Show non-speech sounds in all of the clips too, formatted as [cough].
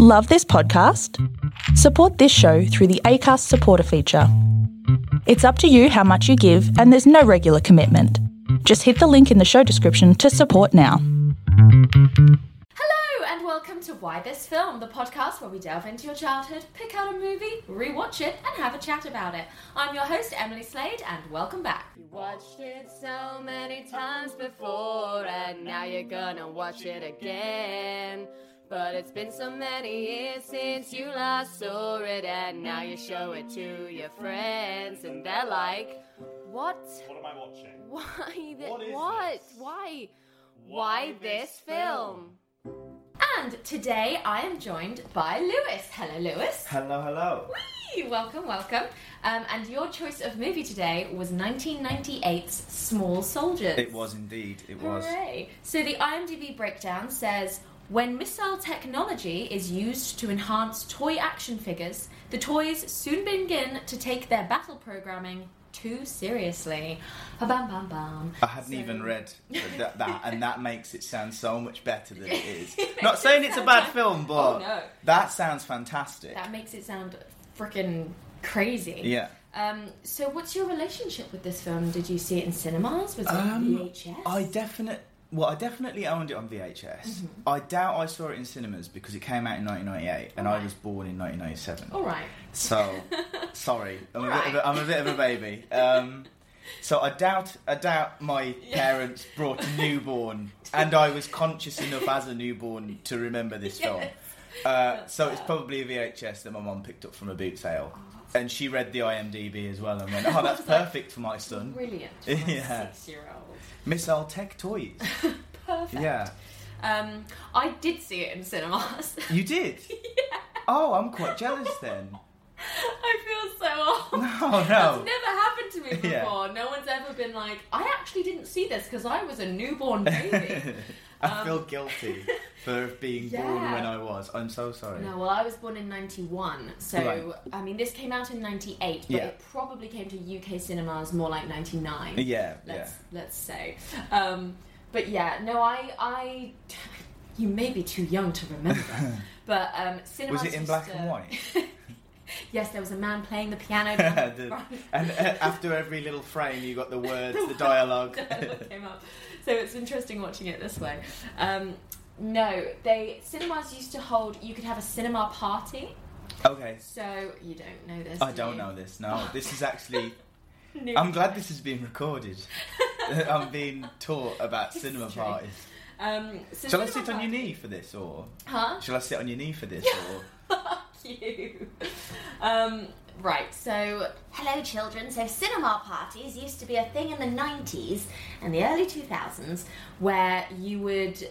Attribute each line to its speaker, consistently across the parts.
Speaker 1: Love this podcast? Support this show through the ACAST supporter feature. It's up to you how much you give, and there's no regular commitment. Just hit the link in the show description to support now.
Speaker 2: Hello and welcome to Why This Film, the podcast where we delve into your childhood, pick out a movie, rewatch it, and have a chat about it. I'm your host Emily Slade, and welcome back.
Speaker 3: You watched it so many times before, and now you're gonna watch it again. But it's been so many years since you last saw it, and now you show it to your friends, and they're like, "What?
Speaker 4: What am I watching?
Speaker 3: Why? Th-
Speaker 4: What is
Speaker 3: what?
Speaker 4: this?
Speaker 3: Why?
Speaker 4: Why
Speaker 3: Why this
Speaker 4: this
Speaker 3: film?"
Speaker 2: And today I am joined by Lewis. Hello, Lewis.
Speaker 4: Hello, hello.
Speaker 2: Hey, welcome, welcome. Um, and your choice of movie today was 1998's Small Soldiers.
Speaker 4: It was indeed. It was.
Speaker 2: Hooray. So the IMDb breakdown says when missile technology is used to enhance toy action figures, the toys soon begin to take their battle programming too seriously. Ba bam bam bam.
Speaker 4: I hadn't
Speaker 2: So-
Speaker 4: even read that, that, and that makes it sound so much better than it
Speaker 3: [laughs]
Speaker 4: is. Not saying it's a bad film, but
Speaker 2: Oh, no.
Speaker 4: that sounds fantastic.
Speaker 2: That makes it sound freaking crazy.
Speaker 4: yeah.
Speaker 2: Um, so what's your relationship with this film? Did you see it in cinemas? Was it VHS?
Speaker 4: Um, I definitely. Well, I definitely owned it on VHS.
Speaker 3: Mm-hmm.
Speaker 4: I doubt I saw it in cinemas because it came out in 1998 and I
Speaker 2: Alright.
Speaker 4: was born in 1997.
Speaker 2: All right. [laughs]
Speaker 4: So, sorry, I'm a, bit of
Speaker 2: Alright.
Speaker 4: a, I'm a bit of a baby. Um, so I doubt, I doubt my parents brought a
Speaker 2: [laughs]
Speaker 4: newborn, and I was conscious enough as a newborn to remember this film. Uh, so it's probably a VHS that my mum picked up from a boot sale,
Speaker 2: Oh,
Speaker 4: and she read the IMDb as well and
Speaker 2: [laughs]
Speaker 4: went, "Oh, that's perfect for my son."
Speaker 2: Brilliant. for a
Speaker 4: [laughs] Yeah.
Speaker 2: Six-year-old.
Speaker 4: Missile tech toys.
Speaker 2: [laughs] Perfect.
Speaker 4: Yeah,
Speaker 2: Um, I did see it in cinemas.
Speaker 4: you did. Oh, I'm quite jealous then.
Speaker 2: [laughs]
Speaker 4: [laughs]
Speaker 2: I feel so old.
Speaker 4: No,
Speaker 2: That's
Speaker 4: no.
Speaker 2: never happened to me before.
Speaker 4: Yeah.
Speaker 2: No one's ever been like, I actually didn't see this because I was a
Speaker 4: [laughs]
Speaker 2: newborn baby.
Speaker 4: I feel guilty for being born
Speaker 2: yeah.
Speaker 4: when I was. I'm so sorry.
Speaker 2: no, well, I was born in 91, so
Speaker 4: Right.
Speaker 2: I mean, this came out in 98, but
Speaker 4: Yeah.
Speaker 2: it probably came to UK cinemas more like 99.
Speaker 4: Yeah,
Speaker 2: let's let's say. Um, but yeah, no, I, I, [laughs] you may be too young to
Speaker 4: [laughs]
Speaker 2: remember, but um,
Speaker 4: yeah.
Speaker 2: cinemas
Speaker 4: Was it in
Speaker 2: used
Speaker 4: black
Speaker 2: to-
Speaker 4: and white?
Speaker 2: [laughs] Yes, there was a man playing the
Speaker 4: [laughs]
Speaker 2: piano. down [laughs] the
Speaker 4: The-
Speaker 2: front.
Speaker 4: and uh, after every little frame, you got the words,
Speaker 2: [laughs]
Speaker 4: the dialogue.
Speaker 2: dialogue came up. So it's interesting watching it this way. Um, no, they cinemas used to hold. You could have a cinema party.
Speaker 4: okay.
Speaker 2: So you don't know this.
Speaker 4: I
Speaker 2: do
Speaker 4: don't
Speaker 2: you? [laughs]
Speaker 4: know this. No, this is actually.
Speaker 2: New-
Speaker 4: I'm glad this is being
Speaker 2: [laughs]
Speaker 4: recorded. I'm being taught about cinema
Speaker 2: History.
Speaker 4: parties.
Speaker 2: Um, so
Speaker 4: Shall
Speaker 2: cinema Oh.
Speaker 4: I sit on
Speaker 2: party-
Speaker 4: your knee for this, or
Speaker 2: Huh?
Speaker 4: shall I sit on your knee for this? Or
Speaker 2: Fuck you. Um, right. So
Speaker 5: Hello, children. So, cinema parties used to be a thing in the 90s
Speaker 2: in the early 2000s where you would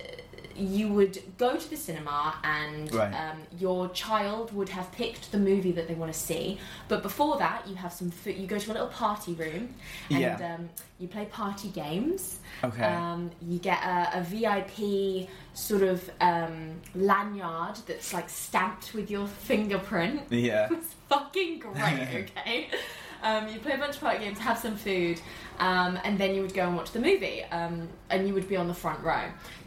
Speaker 2: you would go to the cinema and
Speaker 4: Right.
Speaker 2: um, your child would have picked the movie that they want to see but before that you have some food you go to a little party room and
Speaker 4: Yeah.
Speaker 2: um, you play party games
Speaker 4: Okay.
Speaker 2: um, you get a, a vip sort of um, lanyard that's like stamped with your fingerprint
Speaker 4: yeah,
Speaker 2: it was [laughs] fucking
Speaker 4: [laughs]
Speaker 2: great, okay? Um, you play a bunch of party games, have some food, um, and then you would go and watch the movie, um, and you would be on the front row.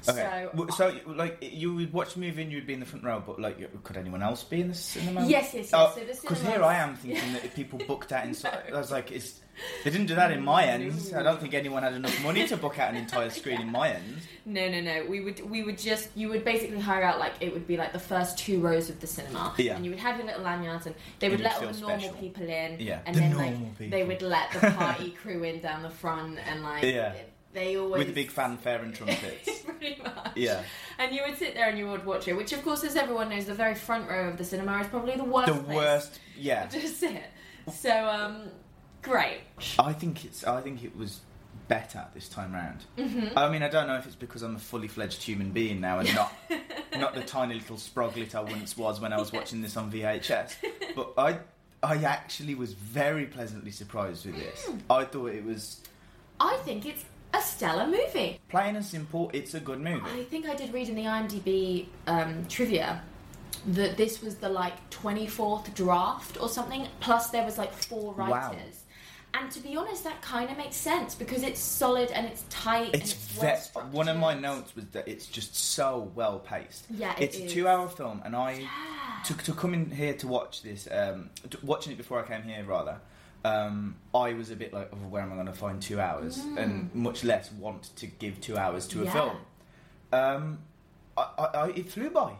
Speaker 4: okay.
Speaker 2: So,
Speaker 4: W- So, like, you would watch the movie and you'd be in the front row, but like, you- could anyone else be in the cinema?
Speaker 2: yes, yes, yes. so the
Speaker 4: because
Speaker 2: cinemas-
Speaker 4: uh, here I am thinking that
Speaker 2: [laughs]
Speaker 4: if people booked out inside, I was like, it's, they didn't do that in my ends. I don't think anyone had enough money to book out
Speaker 2: [laughs]
Speaker 4: an entire screen in my ends.
Speaker 2: No, no, no. We would, we would just, you would basically hire out like it would be like the first two rows of the cinema,
Speaker 4: Yeah.
Speaker 2: and you would have your little lanyards, and they would
Speaker 4: would
Speaker 2: let all
Speaker 4: feel
Speaker 2: the normal
Speaker 4: special.
Speaker 2: people in,
Speaker 4: Yeah.
Speaker 2: and
Speaker 4: The
Speaker 2: then
Speaker 4: normal
Speaker 2: like they
Speaker 4: people.
Speaker 2: would let the
Speaker 4: [laughs]
Speaker 2: party crew in down the front, and like
Speaker 4: Yeah.
Speaker 2: they always
Speaker 4: with big fanfare and trumpets.
Speaker 2: [laughs] pretty much.
Speaker 4: Yeah.
Speaker 2: And you would sit there and you would watch it, which, of course, as everyone knows, the very front row of the cinema is probably the worst.
Speaker 4: the
Speaker 2: place
Speaker 4: worst,
Speaker 2: [laughs]
Speaker 4: yeah.
Speaker 2: to sit. So, um, great.
Speaker 4: I think it's. I think it was better this time round.
Speaker 2: Mm-hmm.
Speaker 4: I mean, I don't know if it's because I'm a fully fledged human being now
Speaker 2: [laughs]
Speaker 4: and not not the tiny little sproglet I once was when I was watching this on VHS. But I I actually was very pleasantly surprised with this.
Speaker 2: Hmm.
Speaker 4: I thought it was
Speaker 2: I think it's a stellar movie.
Speaker 4: plain and simple. It's a good movie.
Speaker 2: I think I did read in the IMDb um, trivia that this was the like 24th draft or something, plus there was like four
Speaker 4: Wow.
Speaker 2: writers. And to be honest, that kind of makes sense because it's solid and it's tight.
Speaker 4: It's
Speaker 2: and
Speaker 4: ve-
Speaker 2: it's well
Speaker 4: one of my
Speaker 2: structured.
Speaker 4: notes was that it's just so well paced.
Speaker 2: Yeah, it
Speaker 4: it's a
Speaker 2: is.
Speaker 4: two-hour film, and I to, to come in here to watch this, um, to, watching it before I came here rather. Um, I was a bit like, oh, where am I going to find two hours, and much less want to give two hours to
Speaker 2: Mm. Yeah.
Speaker 4: a film. Um, I, I, I, it flew by.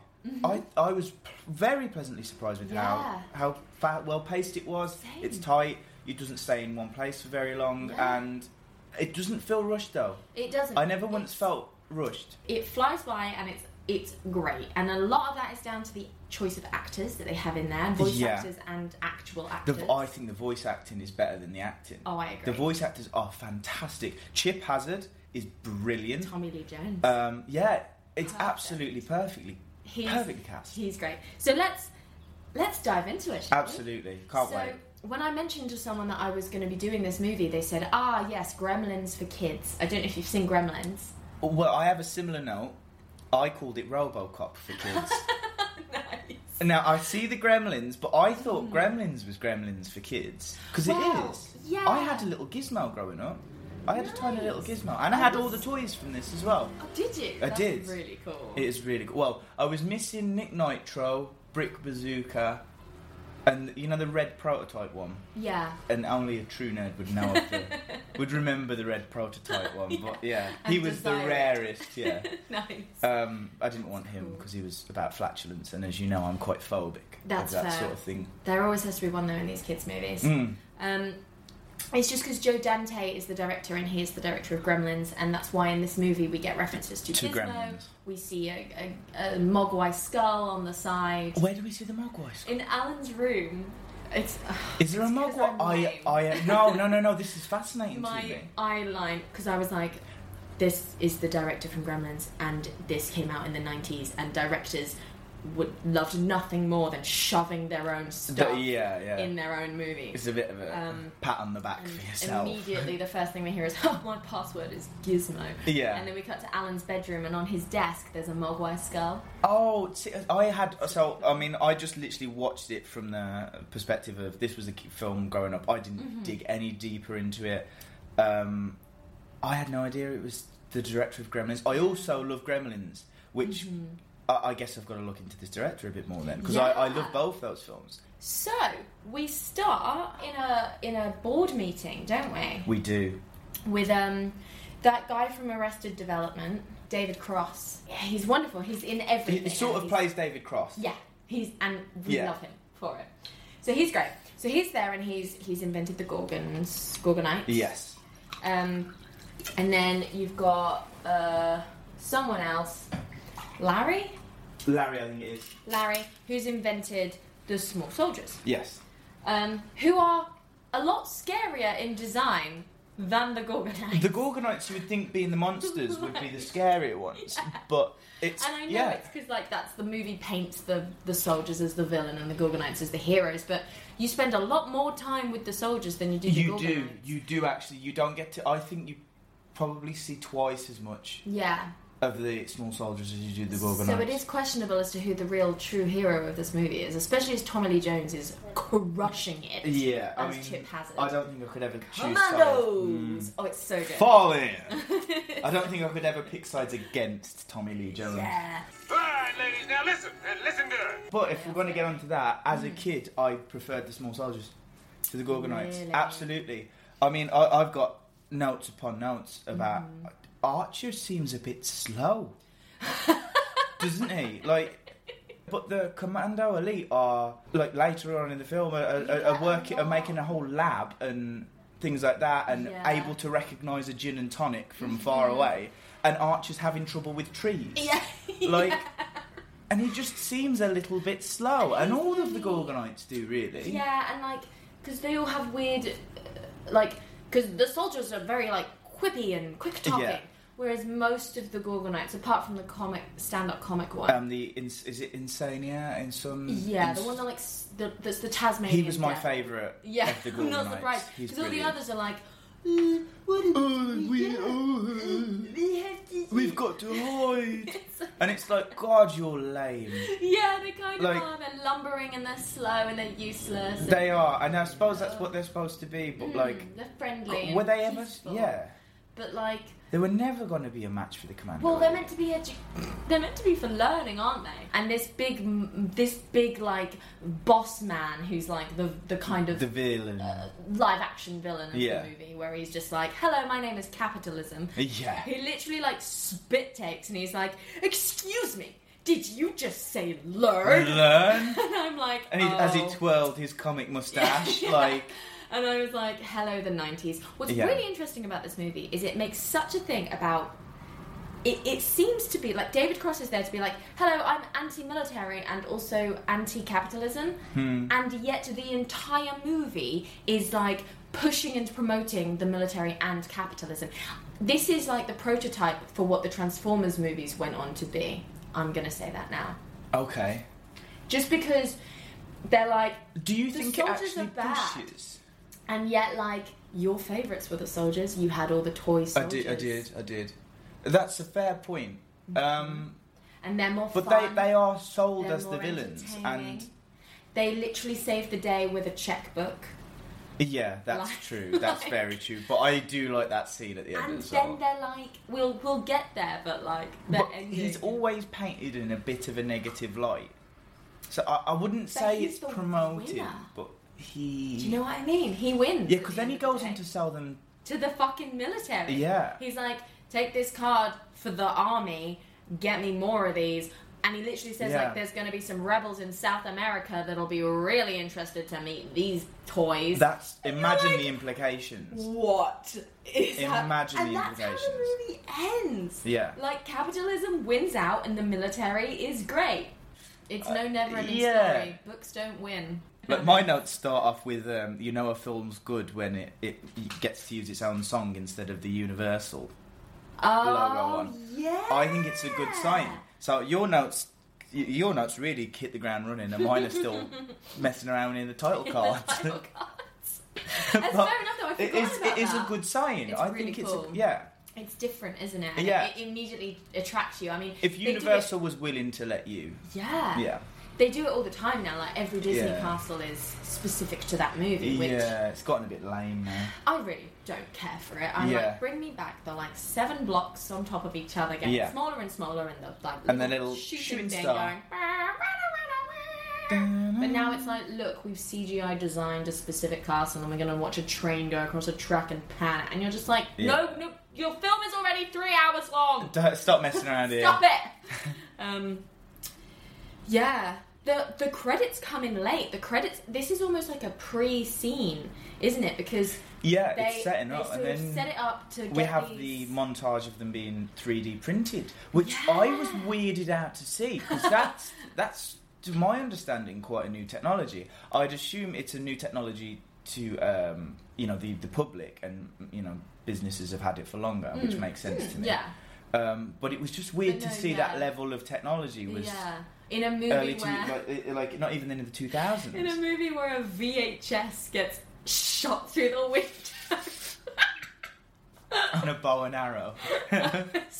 Speaker 4: I, I was p- very pleasantly surprised with
Speaker 2: Mm-hmm. Yeah.
Speaker 4: how how fa- well paced it was.
Speaker 2: Same.
Speaker 4: It's tight. It doesn't stay in one place for very long,
Speaker 2: Yeah.
Speaker 4: and it doesn't feel rushed though.
Speaker 2: It doesn't.
Speaker 4: I never once
Speaker 2: It's-
Speaker 4: felt rushed.
Speaker 2: It flies by and it's it's great. And a lot of that is down to the choice of actors that they have in there, voice
Speaker 4: Yeah.
Speaker 2: actors and actual
Speaker 4: The,
Speaker 2: actors.
Speaker 4: I think the voice acting is better than the acting.
Speaker 2: oh, I agree.
Speaker 4: the voice actors are fantastic. Chip Hazard is brilliant.
Speaker 2: Tommy Lee Jones.
Speaker 4: Um, yeah, it's
Speaker 2: Perfect.
Speaker 4: absolutely perfectly
Speaker 2: He's-
Speaker 4: perfect cast.
Speaker 2: He's great. So let's let's dive into it. shall we?
Speaker 4: Absolutely, can't
Speaker 2: so,
Speaker 4: wait.
Speaker 2: when I mentioned to someone that I was going to be doing this movie, they said, "Ah, yes, Gremlins for kids." I don't know if you've seen Gremlins.
Speaker 4: Well, I have a similar note. I called it RoboCop for kids.
Speaker 2: [laughs] nice. Hmm.
Speaker 4: now I see the Gremlins, but I thought Gremlins was Gremlins for kids because
Speaker 2: Wow,
Speaker 4: it is.
Speaker 2: yeah.
Speaker 4: I had a little gizmo growing up. I had a tiny little
Speaker 2: Nice.
Speaker 4: gizmo, and I
Speaker 2: I
Speaker 4: had
Speaker 2: was-
Speaker 4: all the toys from this as well.
Speaker 2: Oh, did you?
Speaker 4: I
Speaker 2: That's
Speaker 4: did.
Speaker 2: Really cool.
Speaker 4: It is really good. Well, I was missing Nick Nitro, Brick Bazooka, and you know the red prototype one.
Speaker 2: yeah.
Speaker 4: And only a true nerd would know of
Speaker 2: [laughs]
Speaker 4: the, would remember the red prototype one. But yeah,
Speaker 2: And
Speaker 4: he was the
Speaker 2: desire it. [laughs]
Speaker 4: rarest. Yeah.
Speaker 2: [laughs] nice.
Speaker 4: Um, I didn't want him
Speaker 2: cool.
Speaker 4: because he was about flatulence, and as you know, I'm quite phobic
Speaker 2: That's
Speaker 4: of that
Speaker 2: fair.
Speaker 4: sort of thing.
Speaker 2: There always has to be one though in these kids' movies.
Speaker 4: Mm.
Speaker 2: Um, it's just because Joe Dante is the director and he is the director of Gremlins, and that's why in this movie we get references to,
Speaker 4: To
Speaker 2: Gizmo.
Speaker 4: Gremlins.
Speaker 2: We see a, a, a Mogwai skull on the side.
Speaker 4: Where do we see the Mogwai?
Speaker 2: In Alan's room, it's.
Speaker 4: Is there a
Speaker 2: it's 'cause
Speaker 4: Mogwai?
Speaker 2: I'm
Speaker 4: I,
Speaker 2: lame.
Speaker 4: I, no,
Speaker 2: [laughs]
Speaker 4: no, no, no. This is fascinating to
Speaker 2: my
Speaker 4: me.
Speaker 2: eye line because I was like, this is the director from Gremlins, and this came out in the '90s, and directors would loved nothing more than shoving their own stuff
Speaker 4: Th- yeah, yeah.
Speaker 2: in their own movies.
Speaker 4: It's a bit of a
Speaker 2: Um,
Speaker 4: pat on the back
Speaker 2: And
Speaker 4: for yourself.
Speaker 2: immediately, the first thing we hear is, [laughs] "Oh, my password is Gizmo."
Speaker 4: [laughs] Yeah.
Speaker 2: And then we cut to Alan's bedroom, and on his desk there's a Mogwai skull.
Speaker 4: Oh, see, I had so I mean I just literally watched it from the perspective of this was a ki- film growing up. I didn't
Speaker 2: Mm-hmm.
Speaker 4: dig any deeper into it. Um, I had no idea it was the director of Gremlins. I also love Gremlins, which I, I guess I've got to look into this director a bit more then because I, I
Speaker 2: Mm-hmm. Yeah.
Speaker 4: love both those films.
Speaker 2: So we start in a in a board meeting, don't we?
Speaker 4: We do.
Speaker 2: with um that guy from Arrested Development, David Cross. Yeah, he's wonderful. He's in
Speaker 4: He
Speaker 2: everything.
Speaker 4: sort of
Speaker 2: He's-
Speaker 4: plays David Cross.
Speaker 2: Yeah, he's and we
Speaker 4: Yeah.
Speaker 2: love him for it. So he's great. So he's there and he's he's invented the gorgons, gorgonites.
Speaker 4: Yes.
Speaker 2: Um, and then you've got uh someone else, Larry,
Speaker 4: Larry, I think it is.
Speaker 2: Larry, who's invented the small soldiers,
Speaker 4: Yes.
Speaker 2: um, who are a lot scarier in design than the gorgonites.
Speaker 4: The Gorgonites you would think being the monsters would be
Speaker 2: [laughs]
Speaker 4: the scarier ones, but it's
Speaker 2: And I know
Speaker 4: yeah.
Speaker 2: it's because like that's the movie paints the the soldiers as the villain and the Gorgonites as the heroes, but you spend a lot more time with the soldiers than you do. the
Speaker 4: You
Speaker 2: Gorgonites.
Speaker 4: do. You do actually. You don't get to. I think you probably see twice as much
Speaker 2: Yeah.
Speaker 4: of the small soldiers as you do the Gorgonites.
Speaker 2: So it is questionable as to who the real true hero of this movie is, especially as Tommy Lee Jones is crushing it.
Speaker 4: Yeah, I
Speaker 2: as
Speaker 4: mean,
Speaker 2: Chip Hazard.
Speaker 4: I don't think I could ever choose sides.
Speaker 2: Commandos. Oh, it's so good.
Speaker 4: Mm.
Speaker 2: [laughs]
Speaker 4: Fall in. I don't think I could ever pick sides against Tommy Lee Jones.
Speaker 2: yeah. [laughs]
Speaker 6: Alright, ladies, now listen, and listen good.
Speaker 4: But if we're going to get onto that, as
Speaker 2: Mm.
Speaker 4: a kid, I preferred the small soldiers to the Gorgonites.
Speaker 2: Really?
Speaker 4: Absolutely. I mean, I, I've got notes upon notes about
Speaker 2: Mm-hmm.
Speaker 4: Archer seems a
Speaker 2: [laughs]
Speaker 4: bit slow, doesn't he? Like, but the Commando Elite are like later on in the film are, are, are
Speaker 2: Yeah,
Speaker 4: working,
Speaker 2: a
Speaker 4: are making a whole lab and things like that, and
Speaker 2: Yeah. Mm-hmm.
Speaker 4: able to recognise a gin and tonic from far away. And Archer's having trouble with trees.
Speaker 2: [laughs] Yeah.
Speaker 4: Like, and he just seems a little bit slow, and all of the Gorgonites do really.
Speaker 2: Yeah, and like, because they all have weird, uh, like, because the soldiers are very like quippy and quick talking,
Speaker 4: Yeah.
Speaker 2: whereas most of the Gorgonites, apart from the comic stand-up comic one,
Speaker 4: Um, the ins- is it Insania in some?
Speaker 2: yeah,
Speaker 4: ins-
Speaker 2: the one that like s- the, that's the Tasmanian.
Speaker 4: He was my
Speaker 2: devil.
Speaker 4: favourite.
Speaker 2: Yeah,
Speaker 4: of the
Speaker 2: [laughs]
Speaker 4: Gorgonites.
Speaker 2: I'm not surprised
Speaker 4: He's
Speaker 2: because all the
Speaker 4: brilliant.
Speaker 2: others are like, "Uh, what is
Speaker 4: Oh, we, oh, uh,
Speaker 2: we have to
Speaker 4: we've
Speaker 2: eat."
Speaker 4: got to
Speaker 2: [laughs]
Speaker 4: hide,
Speaker 2: It's-
Speaker 4: and it's like God, you're lame.
Speaker 2: [laughs] yeah, they kind
Speaker 4: Like,
Speaker 2: of are. They're lumbering and they're slow and they're useless. and-
Speaker 4: They are, and I suppose that's what they're supposed to be. But
Speaker 2: Mm,
Speaker 4: like,
Speaker 2: they're friendly.
Speaker 4: were
Speaker 2: and
Speaker 4: they ever?
Speaker 2: peaceful.
Speaker 4: Yeah,
Speaker 2: But like,
Speaker 4: they were never going to be a match for the commander.
Speaker 2: well, they're meant to be edu- they're meant to be for learning, aren't they? And this big, m- this big like boss man who's like the the kind of
Speaker 4: the villain.
Speaker 2: Uh, live action villain of
Speaker 4: Yeah.
Speaker 2: the movie where he's just like, "Hello, my name is Capitalism."
Speaker 4: yeah,
Speaker 2: He literally like spit takes and he's like, "Excuse me, did you just say
Speaker 4: [laughs]
Speaker 2: learn?"
Speaker 4: learn.
Speaker 2: and I'm like,
Speaker 4: And he, as he
Speaker 2: "Oh."
Speaker 4: twirled his comic
Speaker 2: [laughs]
Speaker 4: mustache,
Speaker 2: Yeah.
Speaker 4: like
Speaker 2: And I was like, hello, the 90s. What's
Speaker 4: Yeah.
Speaker 2: really interesting about this movie is it makes such a thing about. It, it seems to be like David Cross is there to be like, hello, I'm anti military and also anti capitalism.
Speaker 4: Hmm.
Speaker 2: And yet the entire movie is like pushing and promoting the military and capitalism. This is like the prototype for what the Transformers movies went on to be. I'm going to say that now.
Speaker 4: okay.
Speaker 2: Just because they're like,
Speaker 4: Do you
Speaker 2: The
Speaker 4: think it
Speaker 2: soldiers
Speaker 4: actually
Speaker 2: are bad.
Speaker 4: pushes?
Speaker 2: and yet, like, your favourites were the soldiers. You had all the toy soldiers.
Speaker 4: I did, I did, I did. That's a fair point. Um,
Speaker 2: And they're more
Speaker 4: but
Speaker 2: fun.
Speaker 4: they they are sold
Speaker 2: Mm-hmm. they're
Speaker 4: as the
Speaker 2: more
Speaker 4: villains, and
Speaker 2: entertaining. They literally saved the day with a checkbook.
Speaker 4: yeah, that's
Speaker 2: Like- [laughs]
Speaker 4: true. That's
Speaker 2: like-
Speaker 4: very true. But I do like that scene at the end
Speaker 2: And
Speaker 4: as
Speaker 2: then
Speaker 4: well.
Speaker 2: they're like, we'll we'll get there, but like, they're
Speaker 4: But
Speaker 2: ending.
Speaker 4: he's always painted in a bit of a negative light. So I, I wouldn't
Speaker 2: But
Speaker 4: say
Speaker 2: he's
Speaker 4: it's
Speaker 2: the
Speaker 4: promoted,
Speaker 2: winner.
Speaker 4: but he.
Speaker 2: Do you know what I mean? He wins.
Speaker 4: yeah,
Speaker 2: at
Speaker 4: because
Speaker 2: the end
Speaker 4: then he
Speaker 2: of the
Speaker 4: goes
Speaker 2: day.
Speaker 4: on to sell them.
Speaker 2: to the fucking military.
Speaker 4: Yeah.
Speaker 2: He's like, take this card for the army, get me more of these. And he literally says,
Speaker 4: Yeah.
Speaker 2: like, there's going to be some rebels in South America that'll be really interested to meet these toys.
Speaker 4: That's imagine
Speaker 2: like-
Speaker 4: the implications.
Speaker 2: what is hap-
Speaker 4: Imagine
Speaker 2: and
Speaker 4: the
Speaker 2: that's how
Speaker 4: implications.
Speaker 2: the movie ends.
Speaker 4: Yeah.
Speaker 2: Like, capitalism wins out and the military is great. It's no never ending
Speaker 4: Uh, yeah.
Speaker 2: story. Books don't win.
Speaker 4: Like my notes start off with, um, you know, a film's good when it, it gets to use its own song instead of the universal.
Speaker 2: [laughs] oh,
Speaker 4: logo on.
Speaker 2: yeah.
Speaker 4: I think it's a good sign.
Speaker 2: [laughs]
Speaker 4: So your notes, y- your notes really hit the ground running, and mine are still
Speaker 2: [laughs]
Speaker 4: messing around in the title cards.
Speaker 2: With
Speaker 4: [laughs]
Speaker 2: title cards.
Speaker 4: But
Speaker 2: That's fair enough, though. I
Speaker 4: It
Speaker 2: forgot
Speaker 4: is,
Speaker 2: about
Speaker 4: it is a
Speaker 2: that.
Speaker 4: good sign.
Speaker 2: It's
Speaker 4: I
Speaker 2: really
Speaker 4: think it's
Speaker 2: cool.
Speaker 4: a, yeah.
Speaker 2: It's different, isn't it? And
Speaker 4: Yeah.
Speaker 2: It immediately attracts you. I mean,
Speaker 4: If
Speaker 2: they do it-
Speaker 4: Universal was willing to let you,
Speaker 2: yeah.
Speaker 4: yeah,
Speaker 2: They do it all the time now. Like every Disney
Speaker 4: Yeah.
Speaker 2: castle is specific to that movie, which
Speaker 4: yeah, uh, it's gotten a bit lame now. [laughs]
Speaker 2: I really don't care for it. I'm
Speaker 4: Yeah.
Speaker 2: like, bring me back the like seven blocks on top of each other, getting
Speaker 4: Yeah.
Speaker 2: smaller and smaller, and the like
Speaker 4: And the little
Speaker 2: shooting,
Speaker 4: shooting
Speaker 2: thing
Speaker 4: star.
Speaker 2: going. "Wah, wah, wah, wah, wah." But now it's like, look, we've CGI designed a specific castle, and we're gonna watch a train go across a track and pan it, and you're just like, no,
Speaker 4: Yeah.
Speaker 2: no, your film is already three hours
Speaker 4: [laughs]
Speaker 2: long.
Speaker 4: Don't- Stop messing around here.
Speaker 2: [laughs] Stop
Speaker 4: [laughs]
Speaker 2: it. um, yeah, the the credits come in late. The credits. This is almost like a pre-scene, isn't it? Because
Speaker 4: Yeah,
Speaker 2: they
Speaker 4: it's setting
Speaker 2: they
Speaker 4: up,
Speaker 2: sort
Speaker 4: and
Speaker 2: of
Speaker 4: then
Speaker 2: set it up to
Speaker 4: we
Speaker 2: get
Speaker 4: have the
Speaker 2: these-
Speaker 4: montage of them being 3D printed, which I was
Speaker 2: Yeah.
Speaker 4: weirded out to see
Speaker 2: [laughs]
Speaker 4: because that's that's to my understanding quite a new technology. I'd assume it's a new technology to um, you know the the public and you know businesses have had it for longer, which makes sense to
Speaker 2: Hmm.
Speaker 4: me.
Speaker 2: yeah
Speaker 4: Um, but it was just weird
Speaker 2: But
Speaker 4: to
Speaker 2: no,
Speaker 4: see
Speaker 2: yeah.
Speaker 4: that level of technology was
Speaker 2: yeah in a movie
Speaker 4: early to
Speaker 2: where
Speaker 4: like, eh, like not even in the
Speaker 2: [laughs]
Speaker 4: 2000s.
Speaker 2: in a movie where a VHS gets shot through the [laughs] window.
Speaker 4: on a bow
Speaker 2: [laughs]
Speaker 4: and arrow.
Speaker 2: I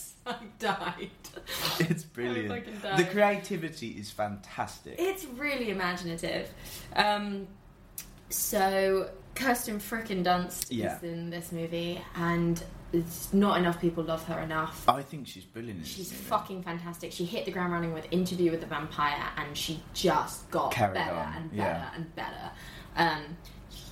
Speaker 2: died. [laughs]
Speaker 4: It's brilliant.
Speaker 2: fucking die.
Speaker 4: The creativity is fantastic.
Speaker 2: It's really imaginative. Um, so Kirsten Frickin Dunst
Speaker 4: Yeah.
Speaker 2: is in this movie, and it's not enough people love her enough.
Speaker 4: I think she's brilliant. in this
Speaker 2: She's
Speaker 4: movie.
Speaker 2: fucking fantastic. She hit the ground running with Interview with the Vampire, and she just got
Speaker 4: Carried
Speaker 2: better
Speaker 4: on,
Speaker 2: and better
Speaker 4: yeah.
Speaker 2: and better. Um,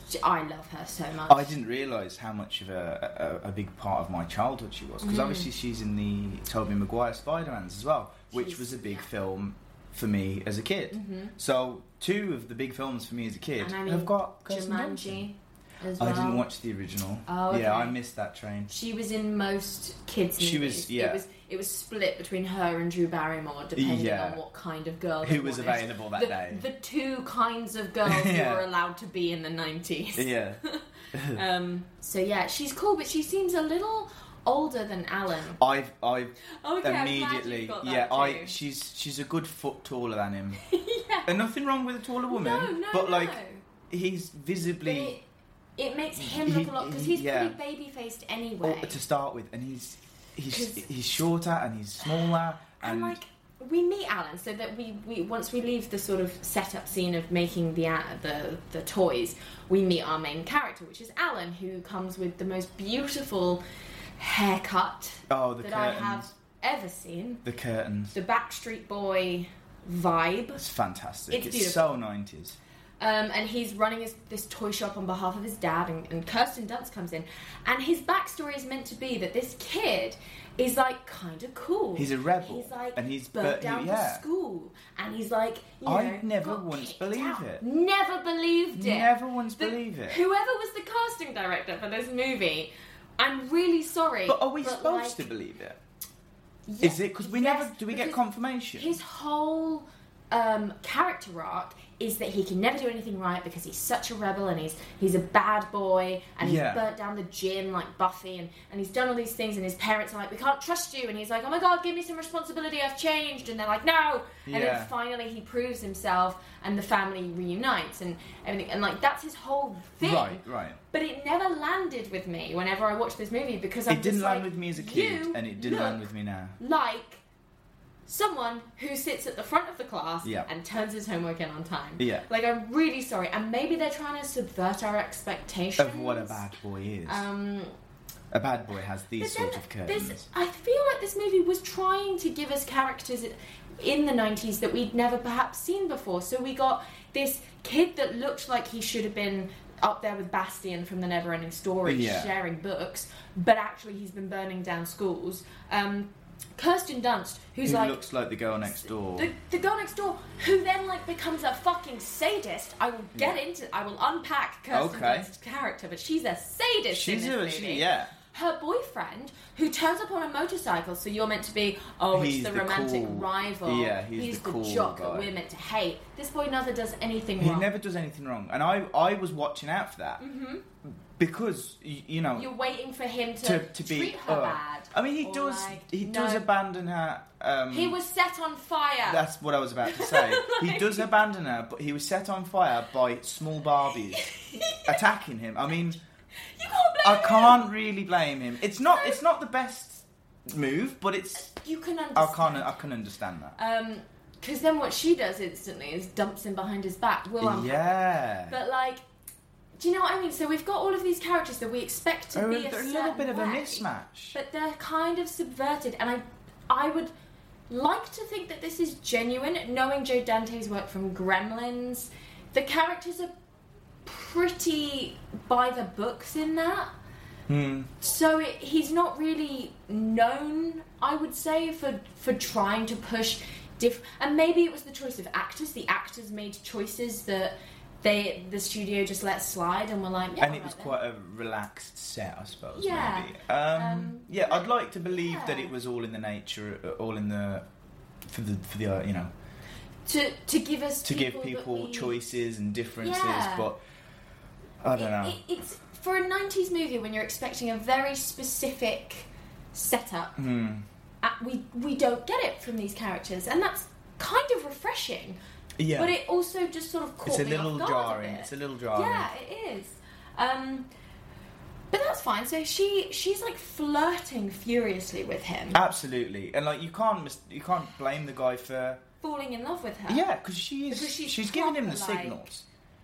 Speaker 2: she- I love her so much.
Speaker 4: I didn't realise how much of a, a, a big part of my childhood she was
Speaker 2: Mm.
Speaker 4: because obviously she's in the Tobey Maguire Spider Man's as well, which
Speaker 2: She's-
Speaker 4: was a big
Speaker 2: yeah. Mm-hmm.
Speaker 4: film for me as a kid. So two of the big films for me as a kid
Speaker 2: And I mean,
Speaker 4: have got Kirsten Dunst.
Speaker 2: Jumanji as well.
Speaker 4: I didn't watch the original.
Speaker 2: Oh, okay.
Speaker 4: yeah, I missed that
Speaker 2: [laughs]
Speaker 4: train.
Speaker 2: She was in most kids.
Speaker 4: She
Speaker 2: movies.
Speaker 4: was- yeah.
Speaker 2: It was it was split between her and Drew Barrymore, depending
Speaker 4: Yeah.
Speaker 2: on what kind of girl
Speaker 4: Who
Speaker 2: they
Speaker 4: was
Speaker 2: wanted.
Speaker 4: available that
Speaker 2: the,
Speaker 4: day.
Speaker 2: The two kinds of girls
Speaker 4: [laughs] Yeah.
Speaker 2: who were allowed to be in the nineties.
Speaker 4: Yeah,
Speaker 2: Um. So yeah, she's cool, but she seems a little older than Alan.
Speaker 4: I've I've
Speaker 2: Okay, I'm glad you
Speaker 4: immediately
Speaker 2: got that
Speaker 4: yeah I
Speaker 2: too.
Speaker 4: she's she's a good foot taller than
Speaker 2: [laughs]
Speaker 4: him. And nothing wrong with a taller woman,
Speaker 2: no, no,
Speaker 4: but like
Speaker 2: no.
Speaker 4: he's
Speaker 2: But
Speaker 4: visibly.
Speaker 2: it, it makes him look a lot because he's
Speaker 4: Yeah.
Speaker 2: pretty baby faced
Speaker 4: Or
Speaker 2: anyway.
Speaker 4: to start with, and he's he's
Speaker 2: 'Cause-
Speaker 4: he's shorter and he's smaller, and
Speaker 2: and like we meet Alan so that we, we once we leave the sort of setup scene of making the uh, the the toys, we meet our main character, which is Alan, who comes with the most beautiful haircut
Speaker 4: Oh, the
Speaker 2: that I
Speaker 4: curtains.
Speaker 2: have ever seen.
Speaker 4: The curtains.
Speaker 2: The Backstreet Boy vibe,
Speaker 4: It's fantastic.
Speaker 2: It's
Speaker 4: It's,
Speaker 2: beautiful.
Speaker 4: so 90s.
Speaker 2: um, and he's running his, this toy shop on behalf of his dad, and, and Kirsten Dunst comes in, and his backstory is meant to be that this kid is like kind of cool.
Speaker 4: He's a rebel,
Speaker 2: He's like
Speaker 4: and he's-
Speaker 2: burnt
Speaker 4: but he-
Speaker 2: down the
Speaker 4: yeah.
Speaker 2: school, and he's like you
Speaker 4: I
Speaker 2: know,
Speaker 4: never
Speaker 2: got
Speaker 4: once
Speaker 2: kicked
Speaker 4: believed
Speaker 2: out.
Speaker 4: it.
Speaker 2: Never believed it.
Speaker 4: Never once
Speaker 2: The-
Speaker 4: believe it.
Speaker 2: Whoever was the casting director for this movie, I'm really sorry.
Speaker 4: But are we supposed
Speaker 2: like,
Speaker 4: to believe it? Is
Speaker 2: yeah,
Speaker 4: it? Because we
Speaker 2: yes,
Speaker 4: never do we get
Speaker 2: because
Speaker 4: confirmation?
Speaker 2: His whole um, character arc is that he can never do anything right because he's such a rebel and he's he's a bad boy and
Speaker 4: Yeah.
Speaker 2: he's burnt down the gym like Buffy and, and he's done all these things and his parents are like, We can't trust you and he's like, Oh my god, give me some responsibility, I've changed and they're like, No And
Speaker 4: Yeah.
Speaker 2: then finally he proves himself and the family reunites and everything and like that's his whole thing.
Speaker 4: Right, right.
Speaker 2: But it never landed with me whenever I watched this movie because I'm
Speaker 4: It didn't
Speaker 2: just
Speaker 4: land
Speaker 2: like,
Speaker 4: with me as a
Speaker 2: "You
Speaker 4: kid, and it didn't land
Speaker 2: look
Speaker 4: with me now.
Speaker 2: like someone who sits at the front of the class
Speaker 4: Yeah.
Speaker 2: and turns his homework in on time.
Speaker 4: Yeah.
Speaker 2: Like I'm really sorry, and maybe they're trying to subvert our expectations
Speaker 4: Of what a bad boy is.
Speaker 2: Um,
Speaker 4: a bad boy has
Speaker 2: but
Speaker 4: these
Speaker 2: then
Speaker 4: sort of curtains.
Speaker 2: this, I feel like this movie was trying to give us characters in the 90s that we'd never perhaps seen before. So we got this kid that looked like he should have been up there with Bastian from the Neverending Story,
Speaker 4: Yeah.
Speaker 2: sharing books, but actually he's been burning down schools. Um, Kirsten Dunst, who's
Speaker 4: Who
Speaker 2: like
Speaker 4: looks like the girl next door?
Speaker 2: the, the girl next door, who then like becomes a fucking sadist. I will get into. I will unpack Kirsten
Speaker 4: Okay.
Speaker 2: Dunst's character, but she's a sadist.
Speaker 4: She's
Speaker 2: in this
Speaker 4: a
Speaker 2: movie.
Speaker 4: she, yeah.
Speaker 2: Her boyfriend, who turns up on a motorcycle, so you're meant to be, oh,
Speaker 4: He's
Speaker 2: it's the,
Speaker 4: the
Speaker 2: romantic
Speaker 4: cool-
Speaker 2: rival.
Speaker 4: yeah, he's the cool
Speaker 2: jock that
Speaker 4: guy.
Speaker 2: we're meant to hate. This boy never does anything
Speaker 4: He
Speaker 2: wrong.
Speaker 4: never does anything wrong, and I I was watching out for that
Speaker 2: Mm-hmm.
Speaker 4: because y- you know
Speaker 2: You're waiting for him to,
Speaker 4: to to be.
Speaker 2: treat her
Speaker 4: oh.
Speaker 2: bad.
Speaker 4: I mean, he
Speaker 2: or
Speaker 4: does
Speaker 2: like,
Speaker 4: he does
Speaker 2: no.
Speaker 4: abandon her. Um,
Speaker 2: He was set on fire.
Speaker 4: That's what I was about
Speaker 2: [laughs]
Speaker 4: to say. he does abandon her, but he was set on fire by small
Speaker 2: [laughs]
Speaker 4: Barbies attacking him. I mean,
Speaker 2: you can't blame
Speaker 4: I
Speaker 2: him.
Speaker 4: can't really blame him. It's not it's not the best move, but it's
Speaker 2: You can understand.
Speaker 4: I can't I can understand that.
Speaker 2: Um, because then what she does instantly is dumps him behind his back. Will unpack.
Speaker 4: yeah.
Speaker 2: Oh, But like, do you know what I mean? So we've got all of these characters that we expect to
Speaker 4: They're
Speaker 2: be
Speaker 4: Oh, a, they're a little
Speaker 2: certain
Speaker 4: bit of a
Speaker 2: way,
Speaker 4: mismatch.
Speaker 2: but they're kind of subverted. And I, I would like to think that this is genuine. Knowing Joe Dante's work from Gremlins, the characters are pretty by the books in that.
Speaker 4: Hmm.
Speaker 2: So it, he's not really known, I would say, for for trying to push diff. And maybe it was the choice of actors. The actors made choices that they the studio just let slide and were like, yeah,
Speaker 4: and it
Speaker 2: right
Speaker 4: was
Speaker 2: then.
Speaker 4: quite a relaxed set, I suppose.
Speaker 2: Yeah.
Speaker 4: Maybe. Um,
Speaker 2: Um,
Speaker 4: yeah, I'd like to believe that
Speaker 2: yeah.
Speaker 4: it was all in the nature, uh, all in the for the for the uh, you know
Speaker 2: to to give us
Speaker 4: to give
Speaker 2: that
Speaker 4: people
Speaker 2: we-
Speaker 4: choices and differences,
Speaker 2: Yeah.
Speaker 4: but I don't
Speaker 2: It-
Speaker 4: know.
Speaker 2: it- it's for a '90s movie when you're expecting a very specific setup.
Speaker 4: Hmm.
Speaker 2: uh, we we don't get it from these characters, and that's kind of refreshing.
Speaker 4: yeah,
Speaker 2: But it also just sort of caught
Speaker 4: it's a
Speaker 2: me
Speaker 4: little
Speaker 2: off guard
Speaker 4: jarring.
Speaker 2: A bit.
Speaker 4: It's a little jarring.
Speaker 2: Yeah, it is. Um, but that's fine. So she she's like flirting furiously with him,
Speaker 4: Uh, Absolutely, and like you can't mis- you can't blame the guy for
Speaker 2: falling in love with her.
Speaker 4: yeah, because she is
Speaker 2: Because she's
Speaker 4: she's, giving him the
Speaker 2: proper, like-
Speaker 4: signals.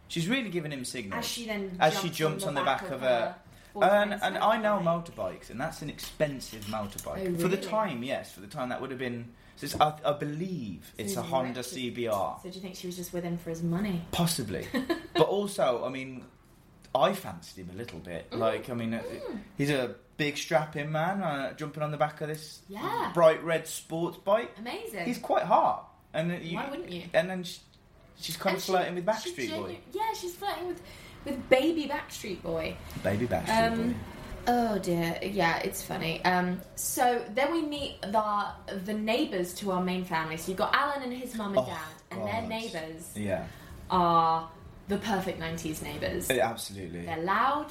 Speaker 4: She's really giving him signals
Speaker 2: As she then
Speaker 4: as she
Speaker 2: jumps
Speaker 4: jumps on the back, of her. And,
Speaker 2: boyfriend's
Speaker 4: and I know
Speaker 2: motorbike.
Speaker 4: motorbikes, and that's an expensive motorbike.
Speaker 2: Oh,
Speaker 4: For the
Speaker 2: really?
Speaker 4: time, yes, for the time that would have been. So it's, I, I believe it's a
Speaker 2: He's
Speaker 4: Honda
Speaker 2: wretched.
Speaker 4: CBR,
Speaker 2: So do you think she was just with him for his money?
Speaker 4: possibly. [laughs] but also, I mean, I fancied him a little bit.
Speaker 2: Mm.
Speaker 4: Like, I mean, uh he's a big strapping man uh, jumping on the back of this
Speaker 2: Yeah.
Speaker 4: bright red sports bike.
Speaker 2: Amazing.
Speaker 4: He's quite hard, and then you,
Speaker 2: Why wouldn't you?
Speaker 4: And then she, she's kind
Speaker 2: And
Speaker 4: of
Speaker 2: she-
Speaker 4: flirting with
Speaker 2: she
Speaker 4: Backstreet
Speaker 2: genu-
Speaker 4: Boy,
Speaker 2: Yeah, she's flirting with with baby Backstreet Boy.
Speaker 4: baby Backstreet
Speaker 2: Um,
Speaker 4: Boy.
Speaker 2: Oh dear, yeah, it's funny. Um, so then we meet the the neighbours to our main family. So you've got Alan and his mum and
Speaker 4: Oh,
Speaker 2: dad, and their
Speaker 4: God.
Speaker 2: neighbours
Speaker 4: Yeah,
Speaker 2: are the perfect '90s neighbours.
Speaker 4: Yeah, absolutely.
Speaker 2: They're loud,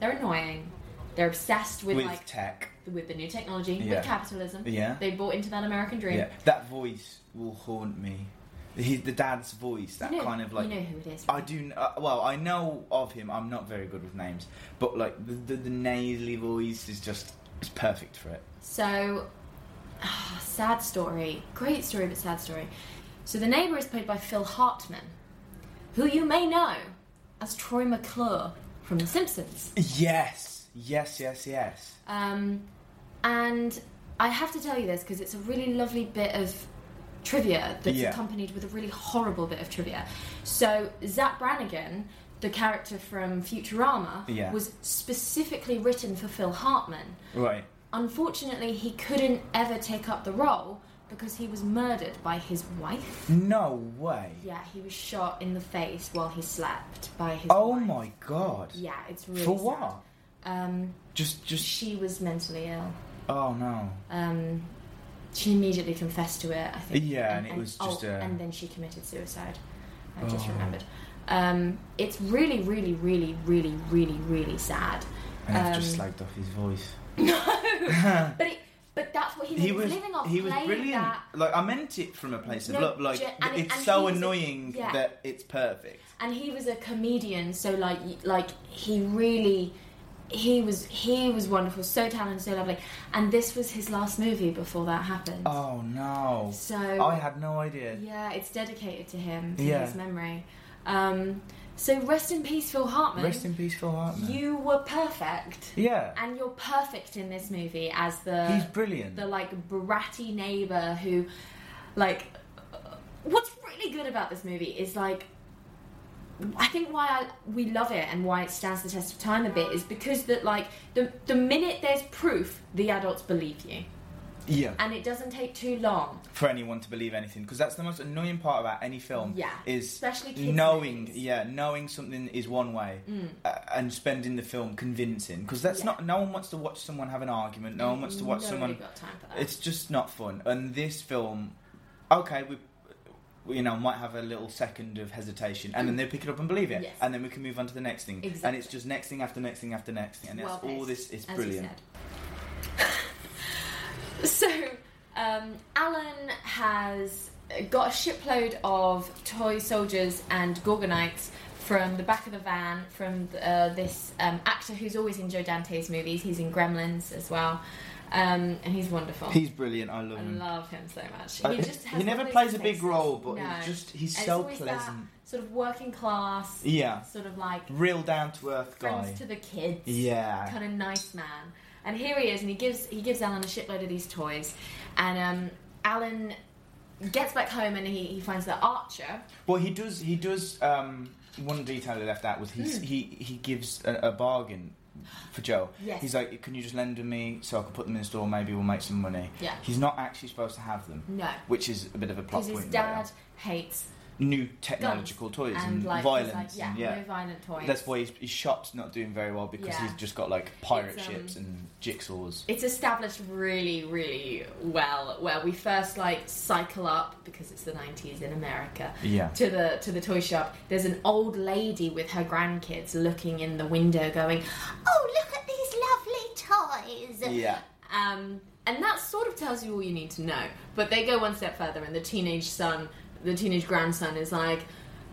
Speaker 2: they're annoying, they're obsessed with,
Speaker 4: With
Speaker 2: like
Speaker 4: tech,
Speaker 2: with the new technology,
Speaker 4: Yeah.
Speaker 2: with capitalism.
Speaker 4: Yeah.
Speaker 2: they bought into that American dream.
Speaker 4: yeah, that voice will haunt me. He, the dad's voice, that
Speaker 2: You know-
Speaker 4: kind of like.
Speaker 2: you know who it is.
Speaker 4: I do. kn- Uh, well, I know of him. I'm not very good with names, but like the the, the nasally voice is just it's perfect for it.
Speaker 2: So Ah, sad story. Great story, but sad story. So the neighbour is played by Phil Hartman, who you may know as Troy McClure from The Simpsons.
Speaker 4: Yes, yes, yes, yes.
Speaker 2: Um, and I have to tell you this because it's a really lovely bit of trivia that's
Speaker 4: Yeah.
Speaker 2: accompanied with a really horrible bit of trivia. So, Zach Brannigan, the character from Futurama,
Speaker 4: Yeah.
Speaker 2: was specifically written for Phil Hartman.
Speaker 4: Right.
Speaker 2: Unfortunately, he couldn't ever take up the role because he was murdered by his wife.
Speaker 4: No way.
Speaker 2: Yeah, he was shot in the face while he slept by his
Speaker 4: Oh
Speaker 2: wife.
Speaker 4: my god.
Speaker 2: Yeah, it's really
Speaker 4: For
Speaker 2: sad.
Speaker 4: what?
Speaker 2: Um,
Speaker 4: Just, just.
Speaker 2: she was mentally ill.
Speaker 4: Oh no.
Speaker 2: um, she immediately confessed to it. I think.
Speaker 4: Yeah, and it was just
Speaker 2: oh,
Speaker 4: a-
Speaker 2: and then she committed suicide. I just
Speaker 4: Oh.
Speaker 2: remembered. Um, it's really, really, really, really, really, really sad.
Speaker 4: And I've
Speaker 2: Um,
Speaker 4: just slagged off his voice.
Speaker 2: But it, but that's what he,
Speaker 4: Uh. He
Speaker 2: was
Speaker 4: was,
Speaker 2: living off.
Speaker 4: he was
Speaker 2: playing
Speaker 4: brilliant.
Speaker 2: That,
Speaker 4: Like I meant it from a place of
Speaker 2: No,
Speaker 4: love. Like
Speaker 2: ge- and it-
Speaker 4: it's
Speaker 2: and
Speaker 4: so
Speaker 2: he was a-
Speaker 4: annoying
Speaker 2: yeah.
Speaker 4: that it's perfect.
Speaker 2: and he was a comedian, so like, y- like he really. He was he was wonderful, so talented, so lovely, and this was his last movie before that happened.
Speaker 4: Oh no.
Speaker 2: So
Speaker 4: I had no idea.
Speaker 2: Yeah, it's dedicated to him, to
Speaker 4: Yeah.
Speaker 2: his memory. Um, so rest in peace, Phil Hartman.
Speaker 4: Rest in peace, Phil Hartman.
Speaker 2: You were perfect,
Speaker 4: yeah.
Speaker 2: and you're perfect in this movie as the
Speaker 4: He's brilliant.
Speaker 2: the like bratty neighbor who, like, uh, what's really good about this movie is like. I think why I, we love it and why it stands the test of time a bit is because that like the the minute there's proof, the adults believe you,
Speaker 4: yeah.
Speaker 2: and it doesn't take too long.
Speaker 4: for anyone to believe anything because that's the most annoying part about any film
Speaker 2: Yeah.
Speaker 4: is
Speaker 2: Especially kids' Mm.
Speaker 4: knowing
Speaker 2: movies.
Speaker 4: yeah knowing something is one way uh, and spending the film convincing because that's not no one wants to watch someone have an argument no one wants to watch
Speaker 2: Nobody
Speaker 4: someone
Speaker 2: got time for that.
Speaker 4: it's just not fun and this film okay we we, you know, might have a little second of hesitation, and then they pick it up and believe it,
Speaker 2: Mm. Yes.
Speaker 4: and then we can move on to the next thing, and
Speaker 2: Exactly.
Speaker 4: it's just next thing after next thing after next thing, and
Speaker 2: Well
Speaker 4: that's all
Speaker 2: paced,
Speaker 4: this. It's
Speaker 2: as you
Speaker 4: brilliant.
Speaker 2: said. [laughs] so, um, Alan has got a shipload of toy soldiers and Gorgonites from the back of the van from uh, this um, actor who's always in Joe Dante's movies. He's in Gremlins as well, um, and he's wonderful.
Speaker 4: He's brilliant. I love
Speaker 2: I
Speaker 4: him.
Speaker 2: love him so much.
Speaker 4: Uh,
Speaker 2: He just
Speaker 4: he
Speaker 2: has
Speaker 4: never
Speaker 2: all those
Speaker 4: plays a big
Speaker 2: faces.
Speaker 4: role, but he's
Speaker 2: No.
Speaker 4: just- he's
Speaker 2: And it's
Speaker 4: so
Speaker 2: always that
Speaker 4: pleasant.
Speaker 2: sort of working class,
Speaker 4: Yeah,
Speaker 2: sort of like
Speaker 4: real down to earth guy.
Speaker 2: friends to the kids
Speaker 4: Yeah.
Speaker 2: kind of nice man. And here he is, and he gives he gives Alan a shitload of these toys, and um, Alan gets back home and he, he finds that Archer.
Speaker 4: Well, he does. He does. Um, one detail he left out was he
Speaker 2: Hmm.
Speaker 4: he he gives a, a bargain for Joe.
Speaker 2: Yes.
Speaker 4: He's like, can you just lend them me so I can put them in the store? Maybe we'll make some money.
Speaker 2: Yeah.
Speaker 4: He's not actually supposed to have them.
Speaker 2: No.
Speaker 4: Which is a bit of a plot
Speaker 2: Because his
Speaker 4: point. later.
Speaker 2: dad hates
Speaker 4: New technological
Speaker 2: guns
Speaker 4: toys and,
Speaker 2: like, he's
Speaker 4: violence.
Speaker 2: Like, yeah,
Speaker 4: and,
Speaker 2: no violent toys.
Speaker 4: That's why his, his shop's not doing very well because
Speaker 2: Yeah.
Speaker 4: he's just got like pirate
Speaker 2: It's, um,
Speaker 4: ships and jigsaws.
Speaker 2: it's established really, really well. Where we first like cycle up because it's the nineties in America.
Speaker 4: Yeah.
Speaker 2: To the to the toy shop. There's an old lady with her grandkids looking in the window, going,
Speaker 5: Oh, look at these lovely toys.
Speaker 4: Yeah.
Speaker 2: Um, and that sort of tells you all you need to know. But they go one step further, and the teenage son, the teenage grandson, is like,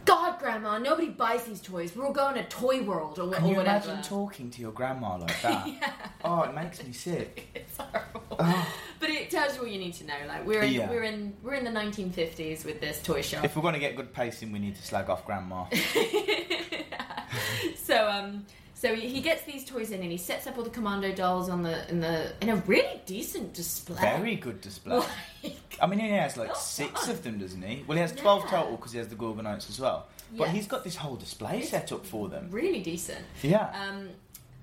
Speaker 2: "God, Grandma, nobody buys these toys. We're all going to Toy World or, wh-
Speaker 4: Can
Speaker 2: or
Speaker 4: you
Speaker 2: whatever."
Speaker 4: imagine talking to your grandma like that? Oh, it makes me sick.
Speaker 2: [laughs] it's horrible. But it tells you all you need to know. Like we're in,
Speaker 4: Oh. Yeah.
Speaker 2: we're in we're in the 1950s with this toy shop.
Speaker 4: If we're going to get good pacing, we need to slag off grandma.
Speaker 2: so um so he he gets these toys in and he sets up all the commando dolls on the in the in a really decent display.
Speaker 4: Very good display.
Speaker 2: [laughs] Like,
Speaker 4: I mean, he has like
Speaker 2: Well
Speaker 4: six
Speaker 2: done.
Speaker 4: of them, doesn't he? Well, he has 12
Speaker 2: Oh, Yeah.
Speaker 4: total because he has the Gorgonites as well. But
Speaker 2: Yes.
Speaker 4: he's got this whole display set up for them.
Speaker 2: really decent.
Speaker 4: Yeah.
Speaker 2: Um,